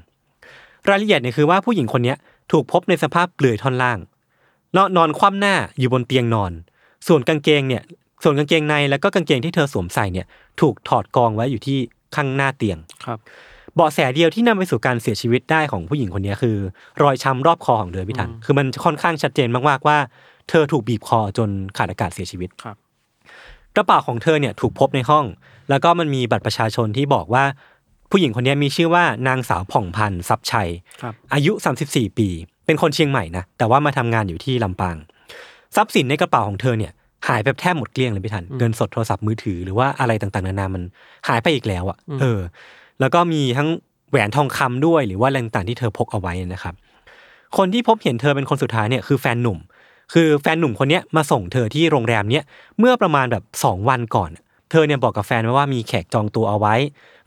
S1: รายละเอียดเนี่ยคือว่าผู้หญิงคนเนี้ยถูกพบในสภาพเปลือยท่อนล่าง นอนนอนคว่ำหน้าอยู่บนเตียงนอน ส่วนกางเกงเนี่ย ส่วนกางเกงในแล้วก็กางเกงที่เธอสวมใส่เนี่ย ถูกถอดกองไว้อยู่ที่ข้างหน้าเตียง
S3: ครับ
S1: เบาะแสเดียวที่นำไปสู่การเสียชีวิตได้ของผู้หญิงคนนี้คือ รอยช้ำรอบคอของเธอพิทัน คือมันค่อนข้างชัดเจนมากๆว่า เธอถูกบีบคอจนขาดอากาศเสียชีวิต
S3: ครับ
S1: กระเป๋าของเธอเนี่ยถูกพบในห้อง แล้วก็มันมีบัตรประชาชนที่บอกว่า ผู้หญิงคนนี้มีชื่อว่านางสาวผ่องพันธ์ทรัพย์ชัย
S3: ครับ
S1: อายุ 34 ปี เป็นคนเชียงใหม่นะ แต่ว่ามาทำงานอยู่ที่ลำปาง ทรัพย์สินในกระเป๋าของเธอเนี่ย หายไปแทบหมดเกลี้ยงเลยพี่ทัน เงินสดโทรศัพท์มือถือหรือว่าอะไรต่างๆ นานามันหายไปอีกแล้วอะ่ะ เออ แล้วก็มีทั้งแหวนทองคำด้วยหรือว่าอะไรต่างๆที่เธอพกเอาไว้นะครับ คนที่พบเห็นเธอเป็นคนสุดท้ายเนี่ยคือแฟนหนุ่ม คือแฟนหนุ่มคนเนี้ยมาส่งเธอที่โรงแรมเนี้ยเมื่อประมาณแบบ 2 วันก่อน เธอเนี่ยบอกกับแฟนไว้ว่ามีแขกจองตัวเอาไว้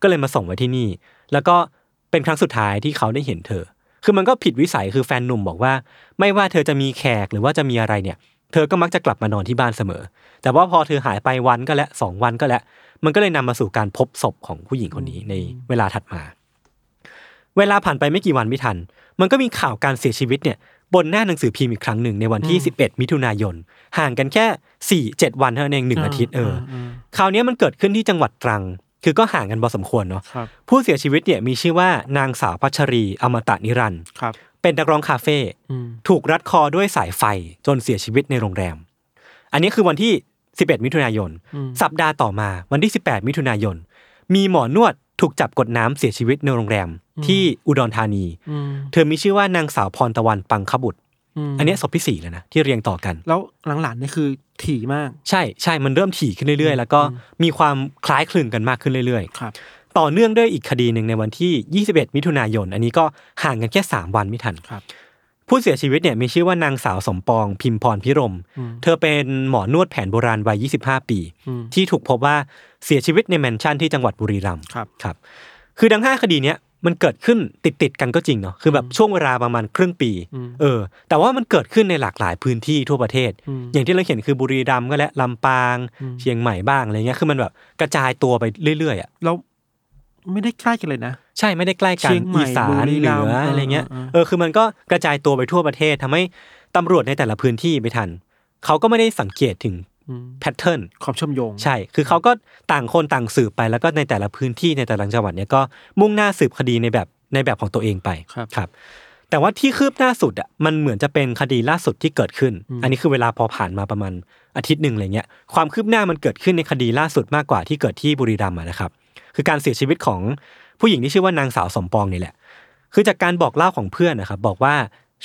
S1: ก็เลยมาส่งไว้ที่นี่ แล้วก็เป็นครั้งสุดท้ายที่เขาได้เห็นเธอ คือมันก็ผิดวิสัยคือแฟนหนุ่มบอกว่า ไม่ว่าเธอจะมีแขกหรือว่าจะมีอะไรเนี่ย เธอก็มักจะกลับมานอนที่บ้านเสมอ แต่ว่าพอเธอหายไปวันก็และสองวันก็และมันก็เลยนำมาสู่การพบศพของผู้หญิงคนนี้ในเวลาถัดมา เวลาผ่านไปไม่กี่วันไม่ทัน มันก็มีข่าวการเสียชีวิตเนี่ยบนหน้าหนังสือพิมพ์อีกครั้งหนึ่งในวันที่ 11 มิถุนายน ห่างกันแค่ 4 7 วันเท่านั้นเองหนึ่งอาทิตย์เอออคราวเนี้ยมันเกิดขึ้นที่จังหวัดตรัง คือก็ห่างกันพอสมควรเนาะ
S3: ครับ
S1: ผู้เสียชีวิตเนี่ยมีชื่อว่านางสาวพัชรีอมตะนิรันดร์
S3: ครับ
S1: เป็นนักร้องคาเฟ่
S3: อืม
S1: ถูกรัดคอด้วยสายไฟจนเสียชีวิตในโรงแรม อันนี้คือวันที่ 11 มิถุนายน สัปดาห์ต่อมาวันที่ 18 มิถุนายน มีหมอนวด ถูกจับกดน้ำเสียชีวิตในโรงแรม ที่อุดรธานี
S3: อืม
S1: เธอมีชื่อว่านางสาวพรตะวันปังขบุตร
S3: ม
S1: อันเนี้ยศพที่สี่แล้วนะที่เรียงต่อกัน
S3: แล้วหลังๆนี่คือถี่มาก
S1: ใช่ใช่มันเริ่มถี่ขึ้นเรื่อยๆ แล้วก็มีความคล้ายคลึงกันมากขึ้นเรื่อย
S3: ครับ
S1: ๆ ต่อเนื่องด้วยอีกคดีหนึ่งในวันที่ 21 มิถุนายน อันนี้ก็ห่างกันแค่ 3 วันไม่ทัน
S3: ครับ
S1: ผู้เสียชีวิตเนี่ยมีชื่อว่านางสาวสมปองพิมพรพิรม เธอเป็นหมอนวดแผนโบราณวัย 25 ปี
S3: อืม
S1: ที่ถูกพบว่าเสียชีวิตในแมนชั่นที่จังหวัดบุรีรัมย์
S3: ครับ
S1: ครับ คือดังห้าคดีเนี้ยมันเกิดขึ้นติดติดๆกันก็จริงเนาะคือแบบช่วงเวลาประมาณครึ่งปี เออ แต่ว่ามันเกิดขึ้นในหลากหลายพื้นที่ทั่วประเทศ อย่างที่เราเห็นคือบุรีรัมย์ก็และลำปางเชียงใหม่บ้างอะไรเงี้ยคือมันแบบกระจายตัวไปเรื่อยๆอ่ะ
S3: แล้วไม่ได้ใกล้กันเลยนะ
S1: ใช่ไม่ได้ใกล้กัน
S3: เชียงใหม่
S1: อีสา
S3: บุ
S1: น
S3: รี
S1: เห
S3: รั
S1: นื
S3: มย์
S1: ออะไรเงี้ย
S3: อ่าอ่า
S1: เออคือมันก็กระจายตัวไปทั่วประเทศทำให้ตำรวจในแต่ละพื้นที่ไม่ทันเขาก็ไม่ได้สังเกตถึง
S3: อืม
S1: แพทเทิร์น
S3: ความเชื่อมโยง
S1: ใช่ คือเขาก็ต่างคนต่างสืบไปแล้วก็ในแต่ละพื้นที่ในแต่ละจังหวัดเนี่ยก็มุ่งหน้าสืบคดีในแบบในแบบของตัวเองไป
S3: ครับ
S1: แต่ว่าที่คืบหน้าสุดอ่ะมันเหมือนจะเป็นคดีล่าสุดที่เกิดขึ้น อันนี้คือเวลาพอผ่านมาประมาณอาทิตย์หนึ่งอะไรเงี้ย ความคืบหน้ามันเกิดขึ้นในคดีล่าสุดมากกว่าที่เกิดที่บุรีรัมย์อะนะครับ คือการเสียชีวิตของผู้หญิงที่ชื่อว่านางสาวสมปองนี่แหละ คือจากการบอกเล่าของเพื่อนนะครับบอกว่า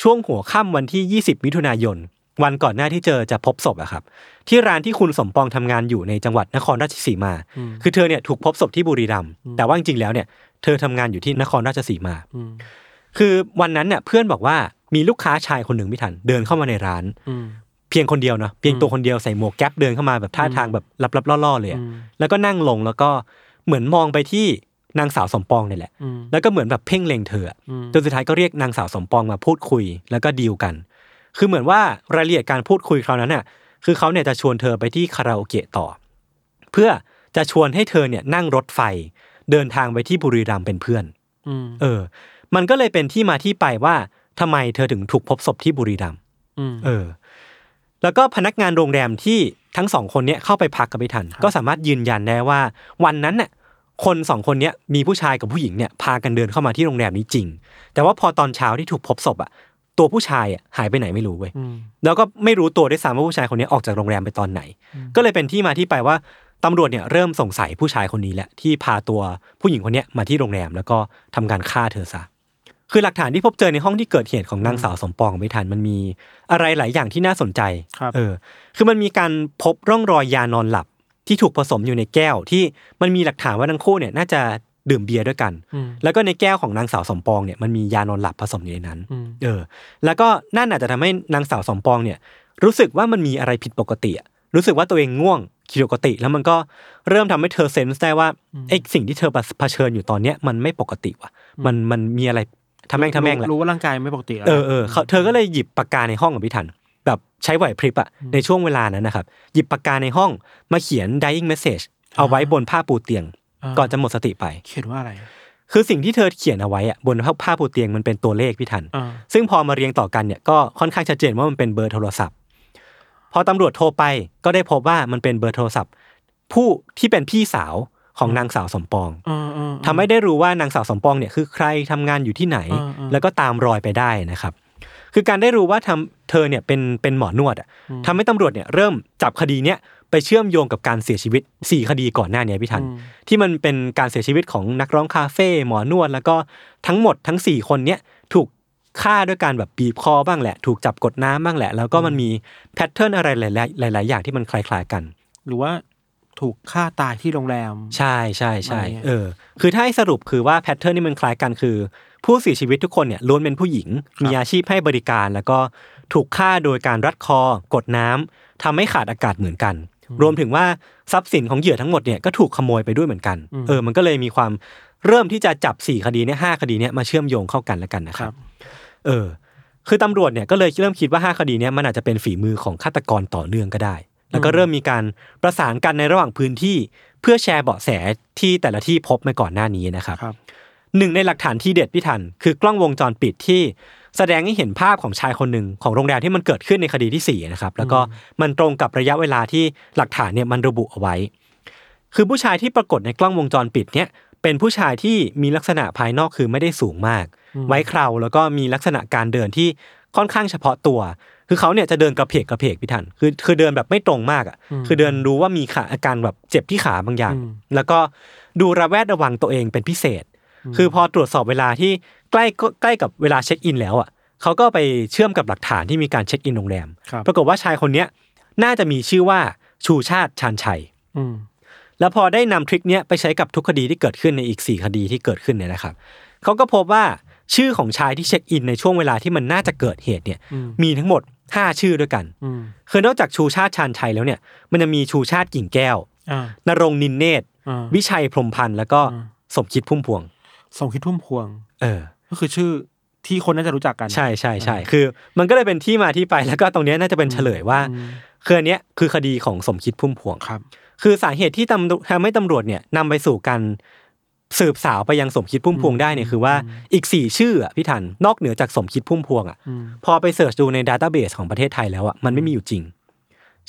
S1: ช่วงหัวค่ำวันที่ 20 มิถุนายน วันก่อนหน้าที่เจอจะพบศพอะครับ ที่ร้านที่คุณสมปองทำงานอยู่ในจังหวัดนครราชสีมา คือเธอเนี่ยถูกพบศพที่บุรีรัมย์แต่ว่าจริงๆแล้วเนี่ยเธอทำงานอยู่ที่นครราชสีมา
S3: อืม
S1: คือวันนั้นเนี่ยเพื่อนบอกว่ามีลูกค้าชายคนหนึ่งไม่ทัน เดินเข้ามาในร้าน
S3: อืม
S1: เพียงคนเดียวเนาะเพียงตัวคนเดียวใส่หมวกแก๊ปเดินเข้ามาแบบท่าทางแบบลับๆล่อๆเลยอะแล้วก็นั่งลงแล้วก็เหมือนมองไปที่นางสาวสมปองเนี่ยแหละ
S3: อืม
S1: แล้วก็เหมือนแบบเพ่งเล็งเธออะ
S3: อืม
S1: จนสุดท้ายก็เรียกนางสาวสมปองมาพูดคุยแล้วก็ดีลกัน คือเหมือนว่ารายละเอียดการพูดคุยคราวนั้นน่ะ คือเขาเนี่ยจะชวนเธอไปที่คาราโอเกะต่อ เพื่อจะชวนให้เธอเนี่ยนั่งรถไฟ เดินทางไปที่บุรีรัมย์เป็นเพื่อน
S3: อืม
S1: เออ มันก็เลยเป็นที่มาที่ไปว่าทำไมเธอถึงถูกพบศพที่บุรีรัมย์
S3: อืม
S1: เออ แล้วก็พนักงานโรงแรมที่ทั้งสองคนเนี้ยเข้าไปพักกันไม่ทัน ก็สามารถยืนยันได้ว่า วันนั้นน่ะ คนสองคนเนี้ยมีผู้ชายกับผู้หญิงเนี่ยพากันเดินเข้ามาที่โรงแรมนี้จริง แต่ว่าพอตอนเช้าที่ถูกพบศพอ่ะ ตัวผู้ชายอ่ะหายไปไหนไม่รู้เว้ย
S3: อืม
S1: แล้วก็ไม่รู้ตัวด้วยซ้ำว่าผู้ชายคนนี้ออกจากโรงแรมไปตอนไหน ก็เลยเป็นที่มาที่ไปว่าตำรวจเนี่ยเริ่มสงสัยผู้ชายคนนี้แหละที่พาตัวผู้หญิงคนเนี้ยมาที่โรงแรมแล้วก็ทำการฆ่าเธอซะ คือหลักฐานที่พบเจอในห้องที่เกิดเหตุของนางสาวสมปองไม่ทันมันมีอะไรหลายอย่างที่น่าสนใจ
S3: ครับ
S1: เออ คือมันมีการพบร่องรอยยานอนหลับที่ถูกผสมอยู่ในแก้วที่มันมีหลักฐานว่าทั้งคู่เนี่ยน่าจะดื่มเบียร์ด้วยกัน
S3: อืม
S1: แล้วก็ในแก้วของนางสาวสมปองเนี่ยมันมียานอนหลับผสมอยู่ในนั้น
S3: อืม
S1: เออ แล้วก็นั่นอาจจะทำให้นางสาวสมปองเนี่ย รู้สึกว่ามันมีอะไรผิดปกติอะรู้สึกว่าตัวเองง่วงผิดปกติ แล้วมันก็เริ่มทำให้เธอเซนส์ได้ว่าไอ้สิ่งที่เธอเผชิญอยู่ตอนเนี้ยมันไม่ปกติว่ะ มันมันมีอะไรทำแม่งทำแม่งแหละ
S3: รู้ว่าร่างกายไม่ปกติแล้ว
S1: เออเออเขาเธอก็เลยหยิบปากกาในห้องของพี่ทัน แบบใช้ไหวพริบอะในช่วงเวลานั้นนะครับ หยิบปากกาในห้องมาเขียน dying message เอาไว้บนผ้าปูเตียง ก่อนจะหมดสติไป
S3: เขียนว่าอะไร
S1: คือสิ่งที่เธอเขียนเอาไว้อะบนผ้าปูเตียงมันเป็นตัวเลขพี่ทัน
S3: อ่า
S1: ซึ่งพอมาเรียงต่อกันเนี่ยก็ค่อนข้างชัดเจนว่ามันเป็นเบอร์โทรศัพท์ พอตำรวจโทรไปก็ได้พบว่ามันเป็นเบอร์โทรศัพท์ ผู้ที่เป็นพี่สาวของนางสาวสมปอง
S3: อ่าอ่า
S1: ทำให้ได้รู้ว่านางสาวสมปองเนี่ยคือใครทำงานอยู่ที่ไหน
S3: อ่าอ่า
S1: แล้วก็ตามรอยไปได้นะครับ คือการได้รู้ว่าทำเธอเนี่ยเป็นเป็นหมอนวดอะทำให้ตำรวจเนี่ยเริ่มจับคดีเนี่ยไปเชื่อมโยงกับการเสียชีวิตสี่คดีก่อนหน้าเนี้พี่ทัน ที่มันเป็นการเสียชีวิตของนักร้องคาเฟ่หมอนวด แล้วก็ทั้งหมดทั้ง 4 คนเนี้ยถูกฆ่าด้วยการแบบบีบคอบ้างแหละ ถูกจับกดน้ำบ้างแหละ แล้วก็มันมีแพทเทิร์นอะไรหลายๆหลาย ๆ อย่างที่มันคล้ายๆกัน
S3: หรือว่าถูกฆ่าตายที่โรงแรม
S1: ใช่ใช่ใช่
S3: อะไรเงี้ย
S1: เออ คือถ้าให้สรุปคือว่าแพทเทิร์นนี่มันคล้ายกันคือ ผู้เสียชีวิตทุกคนเนี่ยล้วนเป็นผู้หญิง มีอาชีพให้บริการ แล้วก็ถูกฆ่าโดยการรัดคอ กดน้ำทำให้ขาดอากาศเหมือนกัน รวมถึงว่าทรัพย์สินของเหยื่อทั้งหมดเนี่ยก็ถูกขโมยไปด้วยเหมือนกันเออมันก็เลยมีความเริ่มที่จะจับสี่คดีเนี่ยห้าคดีเนี่ยมาเชื่อมโยงเข้ากันแล้วกันนะครับ เออ คือตำรวจเนี่ยก็เลยเริ่มคิดว่า 5 คดีเนี้ยมันอาจจะเป็นฝีมือของฆาตกรต่อเนื่องก็ได้ แล้วก็เริ่มมีการประสานกันในระหว่างพื้นที่ เพื่อแชร์เบาะแสที่แต่ละที่พบมาก่อนหน้านี้นะครับ
S3: ครับ
S1: หนึ่งในหลักฐานที่เด็ดพี่ทัน คือกล้องวงจรปิดที่แสดงให้เห็นภาพของชายคนหนึ่งของโรงแรมที่มันเกิดขึ้นในคดีที่สี่นะครับ แล้วก็มันตรงกับระยะเวลาที่หลักฐานเนี่ยมันระบุเอาไว้ คือผู้ชายที่ปรากฏในกล้องวงจรปิดเนี่ยเป็นผู้ชายที่มีลักษณะภายนอกคือไม่ได้สูงมาก ไว้เคราแล้วก็มีลักษณะการเดินที่ค่อนข้างเฉพาะตัว คือเขาเนี่ยจะเดินกระเพกกระเพกพี่ทันคือคือเดินแบบไม่ตรงมากอ่ะคือเดินรู้ว่ามีขาอาการแบบเจ็บที่ขาบางอย่าง แล้วก็ ดูระแวดระวังตัวเองเป็นพิเศษ คือพอตรวจสอบเวลาที่ใกล้ใกล้กับเวลาเช็คอินแล้วอ่ะเขาก็ไปเชื่อมกับหลักฐานที่มีการเช็คอินโรงแรม
S3: ครับ
S1: ปรากฏว่าชายคนเนี้ยน่าจะมีชื่อว่าชูชาติชานชัย
S3: อืม
S1: แล้วพอได้นำทริคเนี้ยไปใช้กับทุกคดีที่เกิดขึ้นในอีก 4 คดีที่เกิดขึ้นเนี่ยนะครับเขาก็พบว่าชื่อของชายที่เช็คอินในช่วงเวลาที่มันน่าจะเกิดเหตุเนี่ย
S3: อืม
S1: มีทั้งหมด 5 ชื่อด้วยกัน
S3: อืม
S1: คือนอกจากชูชาติชานชัยแล้วเนี่ยมันจะมีชูชาติกิ่งแก้ว
S3: อ่าน
S1: รงค์นินเนตร
S3: อ่า
S1: วิชัยพรหมพันธ์แล้วก็
S3: อืม
S1: สมคิดพุ่มพวง
S3: สมคิดพุ่มพวง
S1: เออ
S3: ก็คือชื่อที่คนน่าจะรู้จักกัน
S1: ใช่ใช่ใช่คือ มันก็เลยเป็นที่มาที่ไปแล้วก็ตรงเนี้ยน่าจะเป็นเฉลยว่า
S3: อืม
S1: คืออันเนี้ยคือคดีของสมคิดพุ่มพวง
S3: ครับ
S1: คือสาเหตุที่ตำรวจทำให้ตำรวจเนี่ยนำไปสู่การสืบสาวไปยังสมคิดพุ่มพวงได้เนี่ยคือว่าอีกสี่ชื่ออะพี่ทันนอกเหนือจากสมคิดพุ่มพวงอ่ะ
S3: อืม
S1: พอไปเสิร์ชดูในดาต้าเบสของประเทศไทยแล้วอ่ะมันไม่มีอยู่จริง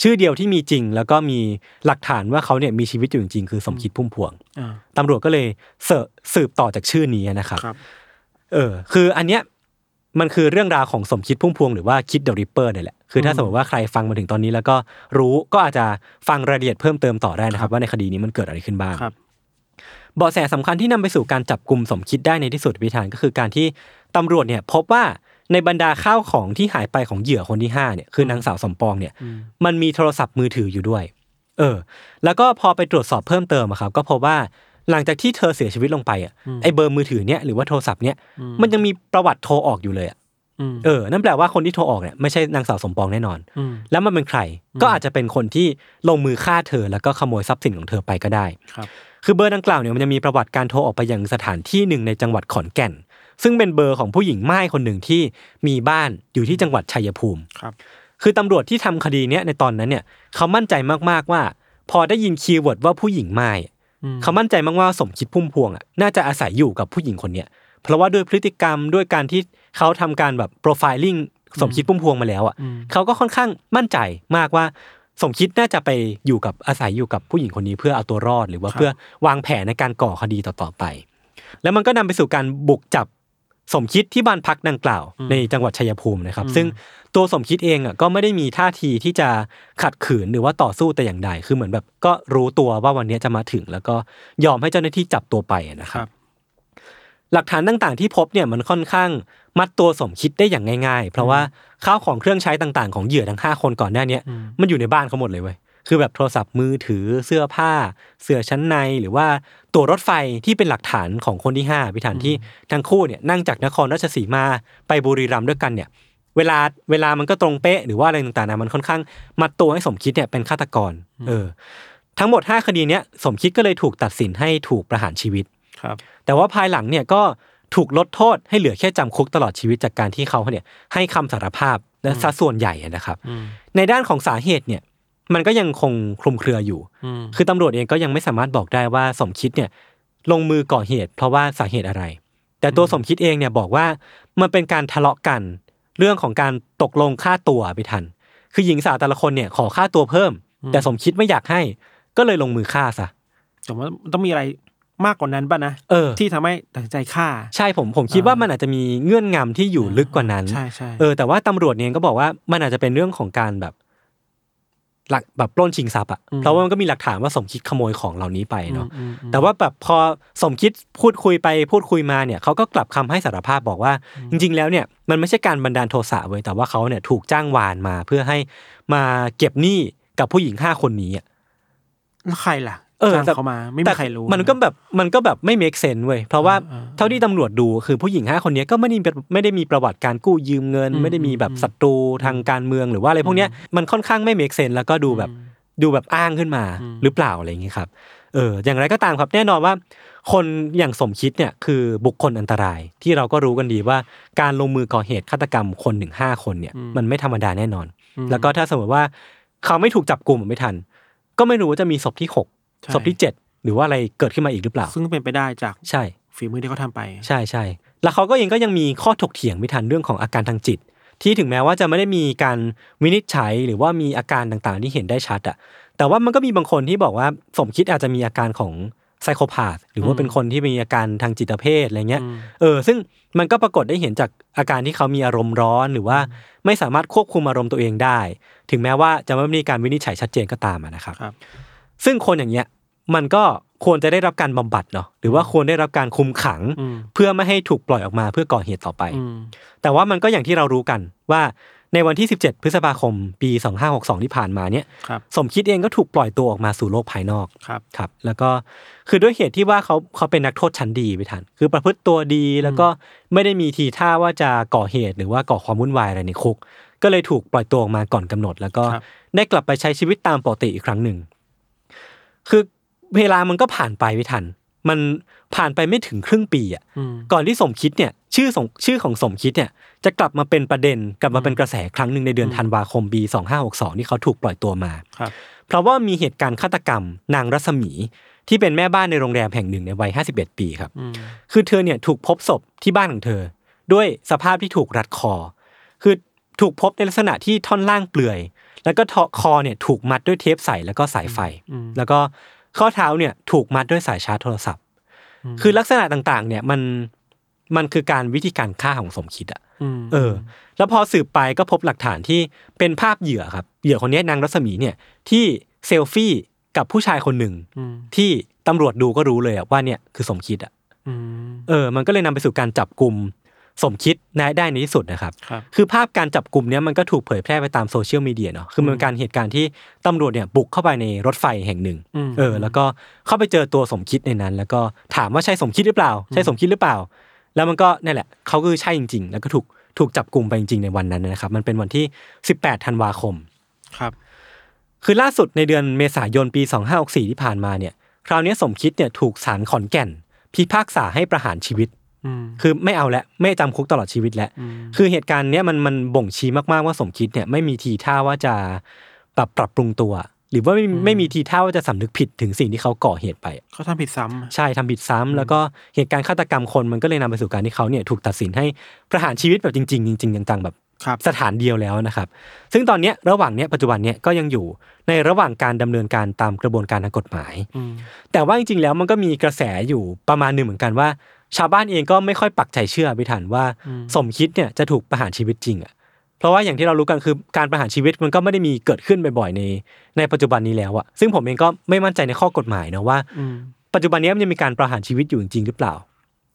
S1: ชื่อเดียวที่มีจริง แล้วก็มีหลักฐานว่าเขาเนี่ยมีชีวิตอยู่จริงคือสมคิดพุ่มพวง
S3: อ่า
S1: ตำรวจก็เลยเสิร์ชสืบต่อจากชื่อนี้นะครับ
S3: ครับ
S1: เออคืออันเนี้ยมันคือเรื่องราวของสมคิดพุ่มพวงหรือว่าคิดเดอะริปเปอร์เนี่ยแหละ คือถ้าสมมติว่าใครฟังมาถึงตอนนี้แล้วก็รู้ก็อาจจะฟังรายละเอียดเพิ่มเติมต่อได้นะครับ ว่าในคดีนี้มันเกิดอะไรขึ้นบ้าง
S3: ครับ
S1: เบาะแสสำคัญที่นำไปสู่การจับกลุ่มสมคิดได้ในที่สุดพิธานก็คือการที่ตำรวจเนี่ยพบว่าในบรรดาข้าวของที่หายไปของเหยื่อคนที่ห้าเนี่ยคือนางสาวสมปองเนี่ยมันมีโทรศัพท์มือถืออยู่ด้วย เออ แล้วก็พอไปตรวจสอบเพิ่มเติมอะครับ ก็พบว่าหลังจากที่เธอเสียชีวิตลงไปอ่ะไอเบอร์มือถือเนี่ยหรือว่าโทรศัพท์เนี่ยมันยังมีประวัติโทรออกอยู่เลยอะ
S3: อืม
S1: เออนั่นแปลว่าคนที่โทรออกเนี่ยไม่ใช่นางสาวสมปองแน่นอน
S3: อืม
S1: แล้วมันเป็นใครก็อาจจะเป็นคนที่ลงมือฆ่าเธอแล้วก็ขโมยทรัพย์สินของเธอไปก็ได้
S3: ครับ
S1: คือเบอร์ดังกล่าวเนี่ยมันจะมีประวัติการโทรออกไปยังสถานที่หนึ่งในจังหวัดขอนแก่น ซึ่งเป็นเบอร์ของผู้หญิงม่ายคนหนึ่งที่มีบ้านอยู่ที่จังหวัดชัยภูมิ
S3: ครับ
S1: คือตำรวจที่ทำคดีเนี้ยในตอนนั้นเนี่ยเขามั่นใจมากๆว่า พอได้ยินคีย์เวิร์ดว่าผู้หญิงไม่าย
S3: อืม
S1: เขามั่นใจมากๆว่าสมคิดพุ่มพวงอ่ะน่าจะอาศัยอยู่กับผู้หญิงคนเนี้ยเพราะว่าด้วยพฤติกรรมด้วยการที่เขาทำการแบบโปรไฟลิ่งสมคิดพุ่มพวงมาแล้วอ่ะเขาก็ค่อนข้างมั่นใจมากว่า สมคิดน่าจะไปอยู่กับอาศัยอยู่กับผู้หญิงคนนี้เพื่อเอาตัวรอด หรือว่าเพื่อวางแผนในการก่อคดีต่อๆไป แล้วมันก็นำไปสู่การบุกจับสมคิดที่บ้านพักดังกล่าว ในจังหวัดชัยภูมินะครับ ซึ่งตัวสมคิดเองอ่ะก็ไม่ได้มีท่าทีที่จะขัดขืนหรือว่าต่อสู้แต่อย่างใดคือเหมือนแบบก็รู้ตัวว่าวันนี้จะมาถึง แล้วก็ยอมให้เจ้าหน้าที่จับตัวไปอะนะครับ หลักฐานต่างๆที่พบเนี่ยมันค่อนข้างมัดตัวสมคิดได้อย่างง่าย ๆ เพราะว่าข้าวของเครื่องใช้ต่างๆของเหยื่อทั้งห้าคนก่อนหน้าเนี้ยมันอยู่ในบ้านเขาหมดเลยเว้ยคือแบบโทรศัพท์มือถือเสื้อผ้า เสื้อชั้นในหรือว่าตั๋วรถไฟที่เป็นหลักฐานของคนที่ห้าพิธานที่ทั้งคู่เนี่ยนั่งจากนครราชสีมาไปบุรีรัมย์ด้วยกันเนี่ย เวลาเวลามันก็ตรงเป๊ะหรือว่าอะไรต่างๆนะมันค่อนข้างมัดตัวให้สมคิดเนี่ยเป็นฆาตกรเออ ทั้งหมด 5 คดีเนี้ยสมคิดก็เลยถูกตัดสินให้ถูกประหารชีวิต
S3: ครับ
S1: แต่ว่าภายหลังเนี่ยก็ถูกลดโทษให้เหลือแค่จำคุกตลอดชีวิตจากการที่เขาเนี่ยให้คำสารภาพและซะส่วนใหญ่อะนะครับ
S3: อืม
S1: ในด้านของสาเหตุเนี่ยมันก็ยังคงคลุมเครืออยู่
S3: อืม
S1: คือตำรวจเองก็ยังไม่สามารถบอกได้ว่าสมคิดเนี่ยลงมือก่อเหตุ เพราะว่าสาเหตุอะไร แต่ตัวสมคิดเองเนี่ยบอกว่ามันเป็นการทะเลาะกัน เรื่องของการตกลงค่าตัวไปทัน คือหญิงสาวแต่ละคนเนี่ยขอค่าตัวเพิ่ม แต่สมคิดไม่อยากให้ก็เลยลงมือฆ่าซะ
S3: แต่ว่าต้องมีอะไรมากกว่านั้นป่ะนะ
S1: เออ
S3: ที่ทำให้ตัดสินใจฆ่า
S1: ใช่ผมผมคิดว่ามันอาจจะมีเงื่อนงำที่อยู่ลึกกว่านั้น
S3: ใช่ใช่
S1: เออแต่ว่าตำรวจเนี่ยก็บอกว่ามันอาจจะเป็นเรื่องของการแบบ หลักแบบปล้นชิงทรัพย์อะเพราะว่ามันก็มีหลักฐานว่าสมคิดขโมยของเหล่านี้ไปเนาะแต่ว่าแบบพอสมคิดพูดคุยไปพูดคุยมาเนี่ยเขาก็กลับคำให้สารภาพบอกว่า จริง ๆ แล้วเนี่ยมันไม่ใช่การบันดาลโทสะเว้ยแต่ว่าเขาเนี่ยถูกจ้างวานมาเพื่อให้มาเก็บหนี้กับผู้หญิงห้าคนนี้อะ
S3: แล้วใครล่ะ
S1: เออ
S3: จ้าง
S1: แต่
S3: เขามา ไม่มี
S1: แต่
S3: ใครรู้
S1: มันก็แบบมันก็แบบไม่ make sense เว้ยเพราะว่าเท่าที่ตำรวจดูคือผู้หญิงห้าคนเนี้ยก็ไม่ได้มีไม่ได้มีประวัติการกู้ยืมเงิน ไม่ได้มีแบบศัตรูทางการเมืองหรือว่าอะไรพวกเนี้ยมันค่อนข้างไม่ make sense แล้วก็ดูแบบดูแบบอ้างขึ้นมาหรือเปล่าอะไรอย่างงี้ครับเอออย่างไรก็ตามครับแน่นอนว่า คนอย่างสมคิดเนี่ยคือบุคคลอันตราย ที่เราก็รู้กันดีว่าการลงมือก่อเหตุฆาตกรรมคนถึงห้าคนเนี่ยมันไม่ธรรมดาแน่นอน แล้วก็ถ้าสมมติว่าเขาไม่ถูกจับกลุ่มไม่ทัน ก็ไม่รู้ว่าจะมีศพที่หก
S3: ใช่
S1: ศพที่เจ็ดหรือว่าอะไรเกิดขึ้นมาอีกหรือเปล่า
S3: ซึ่งเป็นไปได้จาก
S1: ใช่
S3: ฝีมือที่เขาทำไป
S1: ใช่ใช่แล้วเขาก็เองก็ยังมีข้อถกเถียงไม่ทันเรื่องของอาการทางจิต ที่ถึงแม้ว่าจะไม่ได้มีการวินิจฉัยหรือว่ามีอาการต่างๆที่เห็นได้ชัดอะแต่ว่ามันก็มีบางคนที่บอกว่าสมคิดอาจจะมีอาการของไซโคพาธหรือว่าเป็นคนที่มีอาการทางจิตเภทอะไรเงี้ยเออซึ่งมันก็ปรากฏได้เห็นจากอาการที่เขามีอารมณ์ร้อนหรือว่าไม่สามารถควบคุมอารมณ์ตัวเองได้ ถึงแม้ว่าจะไม่มีการวินิจฉัยชัดเจนก็ตามอะนะครับ
S3: ครับ
S1: ซึ่งคนอย่างเงี้ยมันก็ ควรจะได้รับการบำบัดเนาะหรือว่าควรได้รับการคุมขัง
S3: อืม
S1: เพื่อไม่ให้ถูกปล่อยออกมาเพื่อก่อเหตุต่อไป
S3: อืม
S1: แต่ว่ามันก็อย่างที่เรารู้กันว่าในวันที่ 17 พฤษภาคม ปี 2562 ที่ผ่านมาเนี่ย
S3: ครับ
S1: สมคิดเองก็ถูกปล่อยตัวออกมาสู่โลกภายนอก
S3: ครับ
S1: ครับ แล้วก็คือด้วยเหตุที่ว่าเขาเขาเป็นนักโทษชั้นดีไปทัน คือประพฤติตัวดีแล้วก็ไม่ได้มีทีท่าว่าจะก่อเหตุหรือว่าก่อความวุ่นวายอะไรในคุก ก็เลยถูกปล่อยตัวออกมาก่อนกำหนด แล้วก็
S3: ครับ
S1: ได้กลับไปใช้ชีวิตตามปกติอีกครั้งหนึ่ง คือเวลามันก็ผ่านไปไม่ทัน มันผ่านไปไม่ถึงครึ่งปีอ่ะ
S3: อืม
S1: ก่อนที่สมคิดเนี่ยชื่อสมชื่อของสมคิดเนี่ยจะกลับมาเป็นประเด็นกลับมาเป็นกระแสครั้งหนึ่งในเดือนธันวาคมปี2562ที่เขาถูกปล่อยตัวมา
S3: ครับ
S1: เพราะว่ามีเหตุการณ์ฆาตกรรม นางรัศมี ที่เป็นแม่บ้านในโรงแรมแห่งหนึ่งในวัย 51 ปีครับ
S3: อืม
S1: คือเธอเนี่ยถูกพบศพที่บ้านของเธอ ด้วยสภาพที่ถูกรัดคอ คือถูกพบในลักษณะที่ท่อนล่างเปลือย แล้วก็ทอคอเนี่ยถูกมัดด้วยเทปใสแล้วก็สายไฟ
S3: อืม
S1: แล้วก็ข้อเท้าเนี่ยถูกมัดด้วยสายชาร์จโทรศัพท์
S3: อืม
S1: คือลักษณะต่างๆ เนี่ยมันมันคือการวิธีการฆ่าของสมคิดอะ
S3: ม
S1: เออ แล้วพอสืบไปก็พบหลักฐานที่เป็นภาพเหยื่อครับ เหยื่อคนนี้นางรัศมีเนี่ยที่เซลฟี่กับผู้ชายคนหนึ่ง
S3: ม
S1: ที่ตำรวจดูก็รู้เลยอะว่าเนี่ยคือสมคิดอะ
S3: อืม
S1: เออ มันก็เลยนำไปสู่การจับกลุ่มสมคิดนายได้ในที่สุดนะครับ
S3: ครับ
S1: คือภาพการจับกลุ่มเนี้ยมันก็ถูกเผยแพร่ไปตามโซเชียลมีเดียเนาะ คือมันเป็นการเหตุการณ์ที่ตำรวจเนี่ยบุกเข้าไปในรถไฟแห่งหนึ่ง
S3: อืม
S1: เออ แล้วก็เข้าไปเจอตัวสมคิดในนั้น แล้วก็ถามว่าใช่สมคิดหรือเปล่า ใช่สมคิดหรือเปล่า แล้วมันก็นี่นแหละเขาคือใช่จริง ๆ แล้วก็ถูกถูกจับกลุ่มไปจริงๆในวันนั้นนะครับ มันเป็นวันที่ 18 ธันวาคม
S3: ครับ
S1: คือล่าสุดในเดือนเมษายนปี 2564 ที่ผ่านมาเนี่ย คราวเนี้ยสมคิดเนี่ยถูกศาลขอนแก่น พิพากษาให้ประหารชีวิต
S3: อืม
S1: คือไม่เอาและไม่จำคุกตลอดชีวิตแล้ว คือเหตุการณ์เนี้ยมันมันบ่งชี้มากๆว่าสมคิดเนี่ยไม่มีทีท่าว่าจะปรับปรับปรุงตัว หรือว่าไม่ไม่มีทีท่าว่าจะสำนึกผิดถึงสิ่งที่เขาก่อเหตุไป
S3: เขาทำผิดซ้ำ
S1: ใช่ทำผิดซ้ำแล้วก็เหตุการณ์ฆาตกรรมคนมันก็เลยนำไปสู่การที่เขาเนี่ยถูกตัดสินให้ประหารชีวิตแบบจริงๆจริงๆต่างๆแบบ
S3: ครับ
S1: สถานเดียวแล้วนะครับ ซึ่งตอนเนี้ยระหว่างเนี้ยปัจจุบันเนี้ยก็ยังอยู่ในระหว่างการดำเนินการตามกระบวนการทางกฎหมาย
S3: อืม
S1: แต่ว่าจริงๆแล้วมันก็มีกระแสอยู่ประมาณหนึ่งเหมือนกันว่า ชาวบ้านเองก็ไม่ค่อยปักใจเชื่อไปทันว่า สมคิดเนี่ยจะถูกประหารชีวิตจริงอ่ะ เพราะว่าอย่างที่เรารู้กันคือการประหารชีวิตมันก็ไม่ได้มีเกิดขึ้นบ่อยๆในในปัจจุบันนี้แล้วอะซึ่งผมเองก็ไม่มั่นใจในข้อกฎหมายนะว่า
S3: อืม
S1: ปัจจุบันนี้มันยังมีการประหารชีวิตอยู่จริงๆหรือเปล่า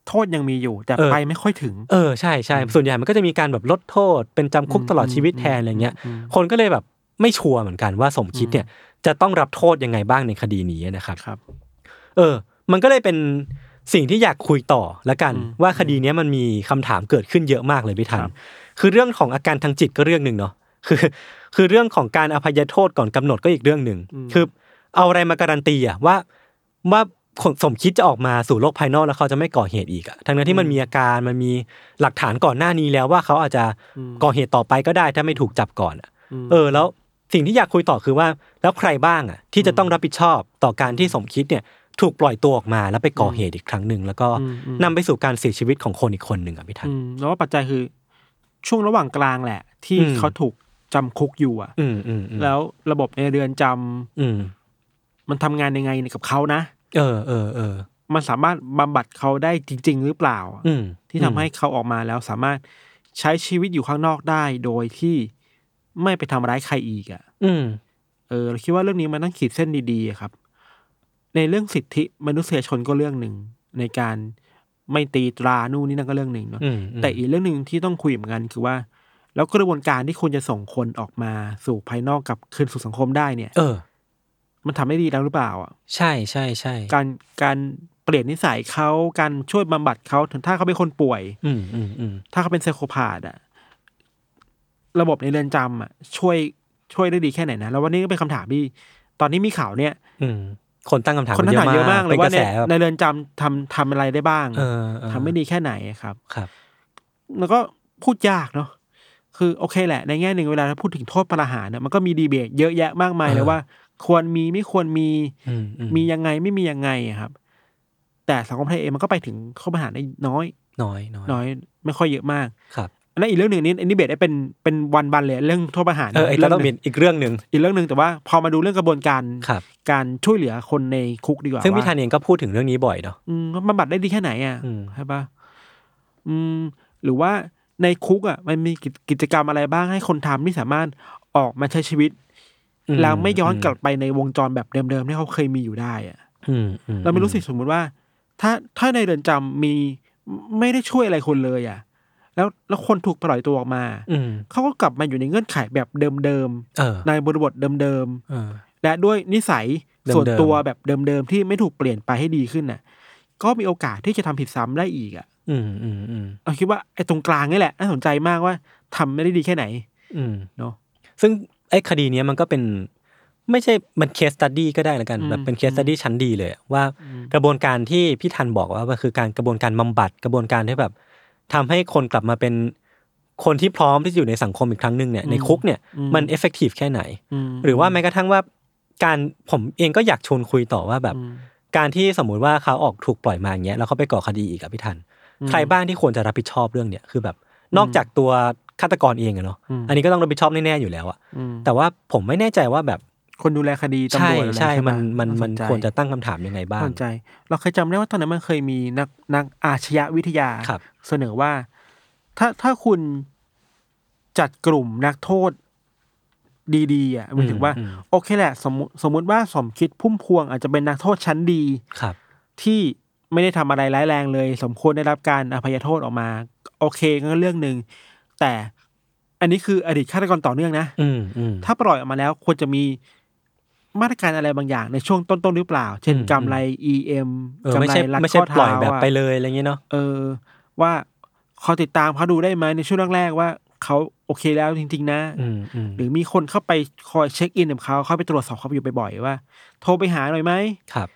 S3: โทษยังมีอยู่ แต่
S1: เออ
S3: ไปไม่ค่อยถึง
S1: เออใช่ใช่ส่วนใหญ่มันก็จะมีการแบบลดโทษ เป็นจำคุกตลอดชีวิตแทนอะไรเงี้ย คนก็เลยแบบไม่ชัวร์เหมือนกันว่าสมคิดเนี่ยจะต้องรับโทษยังไงบ้างในคดีนี้นะครับ
S3: ครับ
S1: เออ มันก็เลยเป็นสิ่งที่อยากคุยต่อละกัน ว่าคดีเนี้ยมันมีคำถามเกิดขึ้นเยอะมากเลยพี่ทัน
S3: ครับ
S1: คือเรื่องของอาการทางจิตก็เรื่องหนึ่งเนาะ *laughs* คือ คือเรื่องของการอภัยโทษก่อนกำหนดก็อีกเรื่องหนึ่งคือเอาอะไรมาการันตีอะว่าว่าสมคิดจะออกมาสู่โลกภายนอกแล้วเขาจะไม่ก่อเหตุอีกอะทั้งนั้นที่มันมีอาการมันมีหลักฐานก่อนหน้านี้แล้วว่าเขาอาจจะก่อเหตุต่อไปก็ได้ถ้าไม่ถูกจับก่อนอะ เออแล้วสิ่งที่อยากคุยต่อคือว่า แล้วใครบ้างอ่ะที่จะต้องรับผิดชอบต่อการที่สมคิดเนี่ยถูกปล่อยตัวออกมาแล้วไปก่อเหตุอีกครั้งหนึ่งแล้วก็
S3: อืมอืม
S1: นำไปสู่การเสียชีวิตของคนอีกคนหนึ่งอ่ะพี่ทัน
S3: อืมแล้วว่าปัจจัยคือ ช่วงระหว่างกลางแหละ ที่
S1: อืม
S3: เขาถูกจำคุกอยู่อะ
S1: อืมอืมอืม
S3: แล้วระบบในเรือนจำ
S1: อืม
S3: มันทำงานยังไงกับเขานะ
S1: เออเออเออ
S3: มันสามารถบำบัดเขาได้จริง ๆ หรือเปล่า
S1: อืม
S3: ที่ทำให้เขาออกมาแล้วสามารถใช้ชีวิตอยู่ข้างนอกได้โดยที่ไม่ไปทำร้ายใครอีกอะ
S1: อืม
S3: เออเราคิดว่าเรื่องนี้มันต้องขีดเส้นดีๆอะครับ ในเรื่องสิทธิมนุษยชนก็เรื่องหนึ่ง ในการไม่ตีตรานู่นนี่นั่นก็เรื่องหนึ่งเนาะ
S1: อืมอืม
S3: แต่อีกเรื่องหนึ่งที่ต้องคุยเหมือนกันคือว่า แล้วกระบวนการที่คุณจะส่งคนออกมาสู่ภายนอกกลับคืนสู่สังคมได้เนี่ย
S1: เออ
S3: มันทำได้ดีแล้วหรือเปล่าอ่ะ
S1: ใช่ใช่ใช่
S3: การการเปลี่ยนนิสัยเขาการช่วยบำบัดเขาถึงถ้าเขาเป็นคนป่วย
S1: อืมอืมอืม
S3: ถ้าเขาเป็นไซโคพาธอ่ะระบบในเรือนจำอ่ะ ช่วยช่วยได้ดีแค่ไหนนะแล้ววันนี้ก็เป็นคำถามที่ตอนนี้มีข่าวเนี่ย
S1: อืมคนตั้งคำถาม
S3: คน
S1: กั
S3: ตั้งหาเยอะมากเลย
S1: ป็น
S3: ว่าก
S1: ระ
S3: ใน
S1: แสแบบ
S3: ในเรือนจำทำทำอะไรได้บ้าง
S1: เออเออ
S3: ทำไม่ดีแค่ไหนครับ
S1: ครับ
S3: แล้วก็พูดยากเนาะคือโอเคแหละ ในแง่หนึ่งเวลาเราพูดถึงโทษประหารเนี่ยมันก็มีดีเบตเยอะแยะมากมายเลย
S1: เออ
S3: ว่า ควรมีไม่ควรมี
S1: อืมอื
S3: มียังไงไม่มียังไงอะครับ แต่สังคมไทยเองมันก็ไปถึงข้อประหารได้น้อย
S1: น้อยน้อย
S3: น้อย ไม่ค่อยเยอะมาก
S1: ครับ
S3: อันนั้นอีกเรื่องหนึ่งนี่อันนี้เบตได้เป็นเป็นวันบันเลยเรื่องโทษประหาร
S1: เออไอ้
S3: เรื่
S1: ต้อง
S3: ห
S1: มี
S3: นึ่ง
S1: อีกเรื่องหนึ่ง
S3: อีกเรื่องหนึ่งแต่ว่าพอมาดูเรื่องกระบวนการ
S1: ครับ
S3: การช่วยเหลือคนในคุกดีกว่า
S1: ซึ่งพี่
S3: ว่า
S1: ทันเองก็พูดถึงเรื่องนี้บ่อยเนาะ
S3: อืมว่าบำบัดได้ดีแค่ไหนอ่ะ
S1: อืม
S3: ใช่ปะอืม หรือว่าในคุกอ่ะ มันมีกิจกิจกรรมอะไรบ้างให้คนทำที่สามารถออกมาใช้ชีวิต
S1: อื
S3: แล้วไม่ย้อน
S1: ม
S3: กลับไปในวงจรแบบเดิมๆที่เขาเคยมีอยู่ได้อ่ะ
S1: อืมอื
S3: เราไม่รู้สึกสมมุติว่า ถ้าถ้าในเรือนจำมีไม่ได้ช่วยอะไรคนเลยอ่ะ แล้วแล้วคนถูกปล่อยตัวออกมา
S1: อืม
S3: เขาก็กลับมาอยู่ในเงื่อนไขแบบเดิม
S1: เออ
S3: ๆในบริบทเดิม
S1: เออ
S3: ๆและด้วยนิสัย
S1: เดิมๆ
S3: ส่วนตัวแบบเดิมๆที่ไม่ถูกเปลี่ยนไปให้ดีขึ้นน่ะ ก็มีโอกาสที่จะทำผิดซ้ำได้อีกอ่ะ
S1: อืมอืมอืม
S3: เราคิดว่าไอ้ตรงกลางนี่แหละน่าสนใจมากว่าทำไม่ได้ดีแค่ไหน
S1: อืม
S3: เนอะ
S1: ซึ่งไอ้คดีเนี้ยมันก็เป็น ไม่ใช่มันเคสตัดดี้ก็ได้ละกัน
S3: อืม
S1: แบบเป็นเคสตัดดี้ชั้นดีเลยอะว่ากระบวนการที่พี่ทันบอกว่ามันคือการกระบวนการบำบัดกระบวนการที่แบบทำให้คนกลับมาเป็นคนที่พร้อมที่จะอยู่ในสังคมอีกครั้งหนึ่งเนี่ยในคุกเนี่ยมันเอฟเฟกตีฟแค่ไหน
S3: ม
S1: หรือว่าแม้กระทั่งว่าการผมเองก็อยากชวนคุยต่อว่าแบบ
S3: อืม
S1: การที่สมมุติว่าเขาออกถูกปล่อยมาอย่างเงี้ยแล้วเขาไปก่อคดีอีกอะพี่ทัน
S3: อืม
S1: ใครบ้างที่ควรจะรับผิดชอบเรื่องเนี้ยคือแบบนอกจากตัวฆาตกรเองอะเนาะ
S3: อืม
S1: อันนี้ก็ต้องรับผิดชอบแน่ๆอยู่แล้วอะ
S3: อืม
S1: แต่ว่าผมไม่แน่ใจว่าแบบ
S3: คนดูแลคดีตำ
S1: ใช่
S3: รวจอะไร
S1: ใช่
S3: ปะ
S1: มันมัน
S3: าส
S1: มัน
S3: ใจ
S1: ควรจะตั้งคำถามยังไงบ้าง
S3: สนใจ เราเคยจำได้ว่าตอนนั้นมันเคยมีนักนักอาชญาวิทยา
S1: ครับ
S3: เสนอว่า ถ้าถ้าคุณจัดกลุ่มนักโทษดีๆอ่ะหมันถึงว่า
S1: อืม
S3: โอเคแหละ สมมุติสมมติว่าสมคิดพุ่มพวงอาจจะเป็นนักโทษชั้นดี
S1: ครับ
S3: ที่ไม่ได้ทำอะไรร้ายแรงเลย สมควรได้รับการอภัยโทษออกมา โอเคก็เรื่องหนึ่งแต่อันนี้คืออดีตฆาตกรต่อเนื่องนะ
S1: อืมอืม
S3: ถ้าปล่อยออกมาแล้วควรจะมีมาตรการอะไรบางอย่างในช่วงต้นๆหรือเปล่า เช่น
S1: อืม
S3: กำไร EM
S1: เออก
S3: ำ
S1: ไม่
S3: ไร
S1: ใช่
S3: รัด
S1: ไม่ใช่
S3: ข้อ
S1: ปล่อ
S3: เท้า
S1: ยแบบ
S3: อะ
S1: ไปเลยอะไรเงี้ยเนาะ
S3: เออ ว่าขอติดตามเขาดูได้ไหมในช่วงแรกๆว่าเขาโอเคแล้วจริงๆนะ
S1: อืมอืม
S3: หรือมีคนเข้าไปคอยเช็คอินกับเขาเข้าไปตรวจสอบเขาอยู่บ่อยๆว่า โทรไปหาหน่อยไหม
S1: ครับ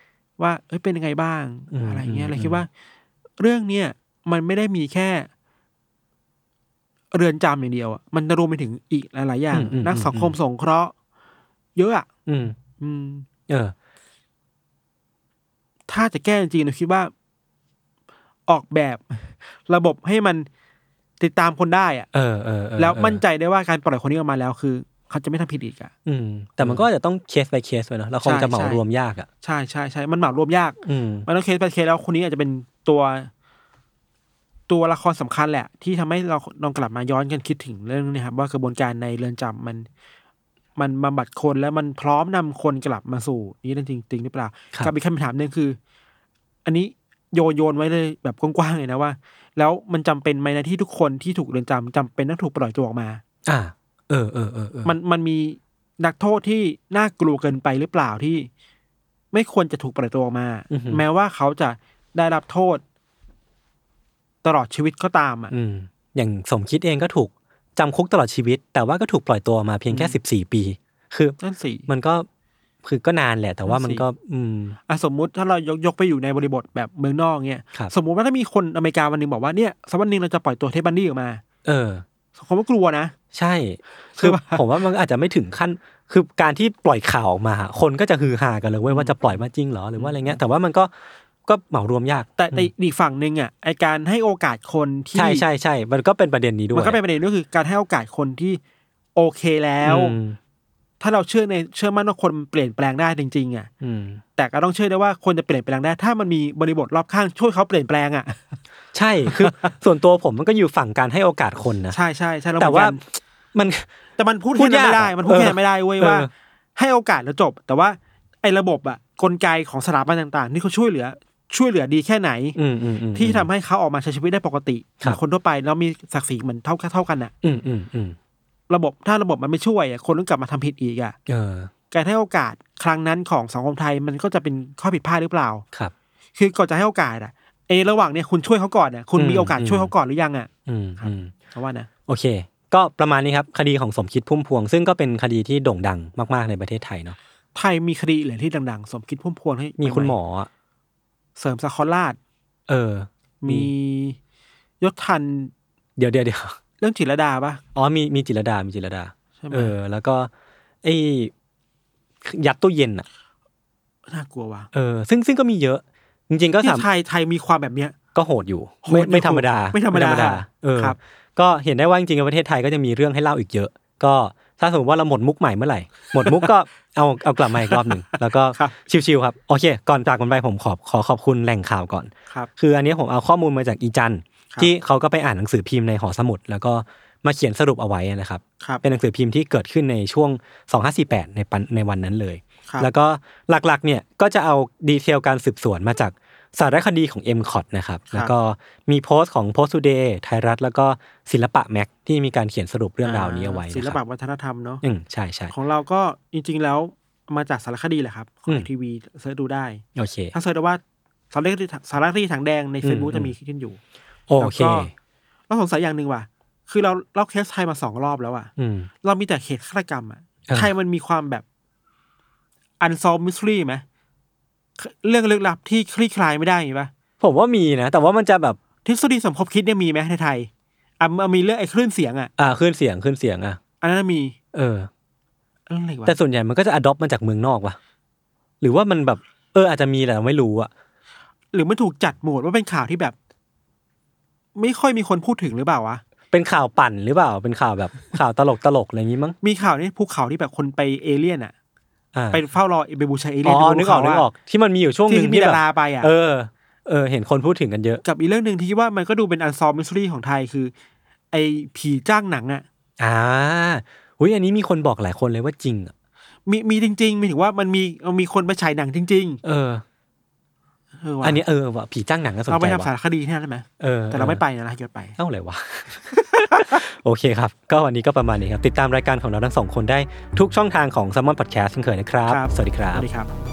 S3: ว่าเอ้ยเป็นยังไงบ้าง
S1: อืม
S3: อะไรเงี้
S1: อื
S3: ย
S1: ม
S3: เราคิ
S1: อื
S3: ด
S1: ม
S3: ว่า เรื่องเนี้ยมันไม่ได้มีแค่ เรือนจำอย่างเดียวอะมันรวมไปถึงอีกหลายๆอย่าง นักสังคมสงเคราะห์ เยอะอะ
S1: อืม
S3: อืม
S1: เออ
S3: ถ้าจะแก้จริงๆเราคิดว่า ออกแบบ ระบบให้มันติดตามคนได้อะ
S1: เออเออเออ
S3: แล้วมั่นใจได้ว่าการปล่อยคนนี้ออกมาแล้วคือ เขาจะไม่ทำผิดอีกอะ
S1: อืมแต่มันก็จะต้องเคสไปเคสไปเนาะเราคง
S3: ใช่
S1: จะเหมา
S3: ใช่
S1: รวมยากอ่ะ
S3: ใช่ใช่ใช่มันหมารวมยาก
S1: อืม
S3: มันต้องเคสเป็นเคสแล้วคนนี้อาจจะเป็นตัว ตัวละครสำคัญแหละ ที่ทำให้เราลองกลับมาย้อนกันคิดถึงเรื่องนี้ครับว่ากระบวนการในเรือนจำมัน มันบำบัดคนแล้วมันพร้อมนำคนกลับมาสู่นี้ได้จริงๆหรือเปล่า
S1: ครับ
S3: กับอีกคำถามหนึ่งคือ อันนี้โยนโยนไว้เลยแบบกว้างๆเลยนะว่า แล้วมันจำเป็นไหมนะที่ทุกคนที่ถูกเรือนจำจำเป็นต้องถูกปล่อยตัวออกมา
S1: อ่า เออเออเออเออ
S3: มันมันมีนักโทษที่น่ากลัวเกินไปหรือเปล่าที่ ไม่ควรจะถูกปล่อยตัวออกมา แม้ว่าเขาจะได้รับโทษ ตลอดชีวิตก็ตามอ่ะ
S1: อืม อย่างสมคิดเองก็ถูกจำคุกตลอดชีวิต แต่ว่าก็ถูกปล่อยตัวมาเพียงแค่สิบสี่ปี คือ
S3: นั่นสิ
S1: มันก็คือก็นานแหละ แต่ว่ามัน
S3: นั่นสิ
S1: ก็ อืม
S3: อ่ะสมมุติถ้าเรายกยกไปอยู่ในบริบทแบบเมืองนอกเนี่ย
S1: ครับ
S3: สมมุติว่าถ้ามีคนอเมริกาวันหนึ่งบอกว่าเนี่ยสักวันหนึ่งเราจะปล่อยตัวเทปบันดี้ออกมา
S1: เออ
S3: สังคมก็กลัวนะ
S1: ใช่ คือ
S3: ใช่ปะ
S1: ผมว่ามันอาจจะไม่ถึงขั้น คือการที่ปล่อยข่าวออกมา คนก็จะฮือฮากันเลยเว้ยว่าจะปล่อยมาจริงเหรอหรือว่าอะไรเงี้ย แต่ว่ามันก็ก็เหมารวมยาก
S3: แต่แต่อีกฝั่งหนึ่งอ่ะไอการให้โอกาสคนที่
S1: ใช่ใช่ใช่มันก็เป็นประเด็นนี้ด้วย
S3: มันก็เป็นประเด็นด้วยคือการให้โอกาสคนที่โอเคแล้ว
S1: อืม
S3: ถ้าเราเชื่อในเชื่อมั่นว่าคนเปลี่ยนแปลงได้จริงๆอ่ะ
S1: อืม
S3: แต่ก็ต้องเชื่อได้ว่าคนจะเปลี่ยนแปลงได้ ถ้ามันมีบริบทรอบข้างช่วยเขาเปลี่ยนแปลงอ่ะ
S1: ใช่ คือ *laughs* ส่วนตัวผมมันก็อยู่ฝั่งการให้โอกาสคนนะ
S3: ใช่ใช่ใช่เร
S1: แต่ว่า
S3: เหมือนกัน
S1: มัน
S3: แต่มันพูด
S1: พูด
S3: แค่นั้น
S1: ยาก
S3: ไม่ได้
S1: อะ
S3: มันพูดแค่
S1: เอ
S3: นั้
S1: น อ
S3: ไม่ได้เว้ย
S1: เออ
S3: ว่า ให้โอกาสแล้วจบ แต่ว่าไอ้ระบบอ่ะกลไกของสถาบันต่างๆ นี่เขาช่วยเหลือ ช่วยเหลือดีแค่ไหน
S1: อืมอืมอืม
S3: ที่ทำให้เขาออกมาใช้ชีวิตได้ปกติเห
S1: ครั
S3: มื
S1: บ
S3: อนคนทั่วไปแล้วมีศักดิ์ศรีเหมือนเท่าเท่ากันอ่ะ
S1: อืมอืมอืม
S3: ระบบถ้าระบบมันไม่ช่วยอะคนต้องกลับมาทำผิดอีกอ่ะ
S1: เออ
S3: การให้โอกาสครั้งนั้นของสังคมไทยมันก็จะเป็นข้อผิดพลาดหรือเปล่า
S1: ครับ
S3: คือก่อนจะให้โอกาสอ่ะเอยระหว่างเนี่ยคุณช่วยเขาก่อนเนี่ยคุณ
S1: อืม
S3: มีโอกาส
S1: อืม
S3: ช่วยเขาก่อนหรือยังอ่ะ
S1: อืมอืม
S3: เขาว่านะ
S1: โอเค ก็ประมาณนี้ครับ คดีของสมคิดพุ่มพวง ซึ่งก็เป็นคดีที่โด่งดังมาก ๆ ในประเทศไทยเนาะ
S3: ไทยมีคดีเหลือที่ดังๆ สมคิดพุ่มพวงให้
S1: มีคุณหมอ
S3: เสริมสะคอราช
S1: เออ มี
S3: มียศทัน
S1: เดี๋ยวเดี๋ยวเดี๋ยว *laughs*
S3: เรื่องจิตรดาปะ
S1: อ๋อ มีมีจิรดา มีจิรดา
S3: ใช่ไหม
S1: เออ แล้วก็ไอ้ยัดตู้เย็นอ่ะ
S3: น่ากลัวว่ะ
S1: เออ ซึ่งซึ่งก็มีเยอะ จริง ๆ ก็
S3: ที่
S1: สาม
S3: ไทยไทยมีความแบบเนี้ย
S1: ก็โหดอยู่
S3: โหด
S1: ไม่
S3: อยู่
S1: ไม่ธรรมดา
S3: ไม่ธรรมดา
S1: เออ
S3: ครับ
S1: ก็เห็นได้ว่าจริงๆในประเทศไทยก็จะมีเรื่องให้เล่าอีกเยอะ ก็ถ้าสมมติว่าเราหมดมุกใหม่เมื่อไหร่ *laughs* หมดมุกก็เอาเอากลับมาอีกรอบหนึ่ง แล้วก็ชิวๆครับ โอเค ก่อนจากกันไปผมขอบขอขอบคุณแหล่งข่าวก่อน
S3: ครับ
S1: คืออันนี้ผมเอาข้อมูลมาจากอีจันทร์
S3: ครับ
S1: ที่เขาก็ไปอ่านหนังสือพิมพ์ในหอสมุด แล้วก็มาเขียนสรุปเอาไว้นะครับ
S3: ครับ
S1: เป็นหนังสือพิมพ์ที่เกิดขึ้นในช่วง 2548 ในปันในวันนั้นเลย
S3: ครับ
S1: แล้วก็หลักๆเนี่ยก็จะเอาดีเทลการสืบสวนมาจากสารคดีของ m c o t นะครับ แล้วก็มีโพสต์ของ Post Today ไทยรัฐ แล้วก็ศิลปะแม็กที่มีการเขียนสรุปเรื่องราวนี้เอาไว้นค
S3: ศิ
S1: รับ
S3: ลปะวัฒนธรรมเนาะ
S1: อืมใช่ใช่
S3: ของเราก็จริง ๆ แล้วมาจากสารคดีแหละครับขอ
S1: อื
S3: ง
S1: ม
S3: ทีวีเสิร์ชดูได้
S1: โอเค
S3: ถ้าเสิร์ชว่าสารคดีสารคดีถังแดงใน Facebook
S1: อืม
S3: จะมีขึ้นอยู่
S1: โอเค
S3: แล้วก็ เราสงสัยอย่างหนึ่งว่ะคือเราเล่าเคสไทยมาสองรอบแล้วอ่ะ
S1: อืม
S3: เรามีแต่เหตุฆาตกรรมอ่ะ
S1: เออ
S3: ไทยมันมีความแบบ unsolved mystery ไหมเรื่องลึกลับที่คลี่คลายไม่ได้ไหม
S1: ผมว่ามีนะ แต่ว่ามันจะแบบ
S3: ทฤษฎีสมคบคิดเนี่ยมีไหมในไทยอ่ะมันมีเรื่องไอ้คลื่นเสียงอ่ะ
S1: อ่าขึ้นเสียงขึ้นเสียงอ่ะ
S3: อันนั้นมี
S1: เออ
S3: อะไรวะ
S1: แต่ส่วนใหญ่มันก็จะอดอปมาจากเมืองนอกว่ะ หรือว่ามันแบบ เอออาจจะมีแหละไม่รู้อ่ะ
S3: หรือมันถูกจัดหมวดว่าเป็นข่าวที่แบบ ไม่ค่อยมีคนพูดถึงหรือเปล่าวะ
S1: เป็นข่าวปั่นหรือเปล่า เป็นข่าวแบบข่าวตลกตลกๆอะไรอย่างงี้มั้ง
S3: มีข่าวนี่ภูเขาที่แบบคนไปเอเลี่ยนอ่ะ
S1: อ่า
S3: ไปเฝ้ารอไปบูชาเอ
S1: อ๋
S3: เลี่ยน
S1: อ
S3: ดู
S1: นึกออกนึกออก ที่มันมีอยู่ช่วงห
S3: ที่
S1: นึ่ง
S3: มี
S1: ที่แบ
S3: ดา
S1: บ
S3: ราไปอ่ะ
S1: เออ เออ เห็นคนพูดถึงกันเยอะ
S3: กับอีกเรื่องหนึ่งที่คิดว่ามันก็ดูเป็นอันซอมมิสซี่ของไทยคือ ไอ้ผีจ้างหนังอ่ะ
S1: อ่าอุ้ยอันนี้มีคนบอกหลายคนเลยว่าจริงอะ
S3: มีมีจริงๆหมายถึงว่ามันมีมันมีคนไปฉายหนังจริง
S1: เออ
S3: ๆ เออว่ะ
S1: อันนี้เออว่ะผีจ้างหนังก็สน
S3: เราไป
S1: ใจ
S3: ทำสา
S1: ว่ะ
S3: รคดีที่นั่นได้ไหม
S1: เออ
S3: แต่เราไม่ไปนะเราเกิดไป
S1: เอ้าเลย
S3: *laughs*
S1: วะ โอเคครับ ก็วันนี้ก็ประมาณนี้ครับ ติดตามรายการของเราทั้งสองคนได้ทุกช่องทางของ s ซ m มอนพอดแคสต์เช่นเคยนะครับ
S3: ครับ
S1: สวัสดีครั
S3: ส
S1: บ
S3: วัสดีครับ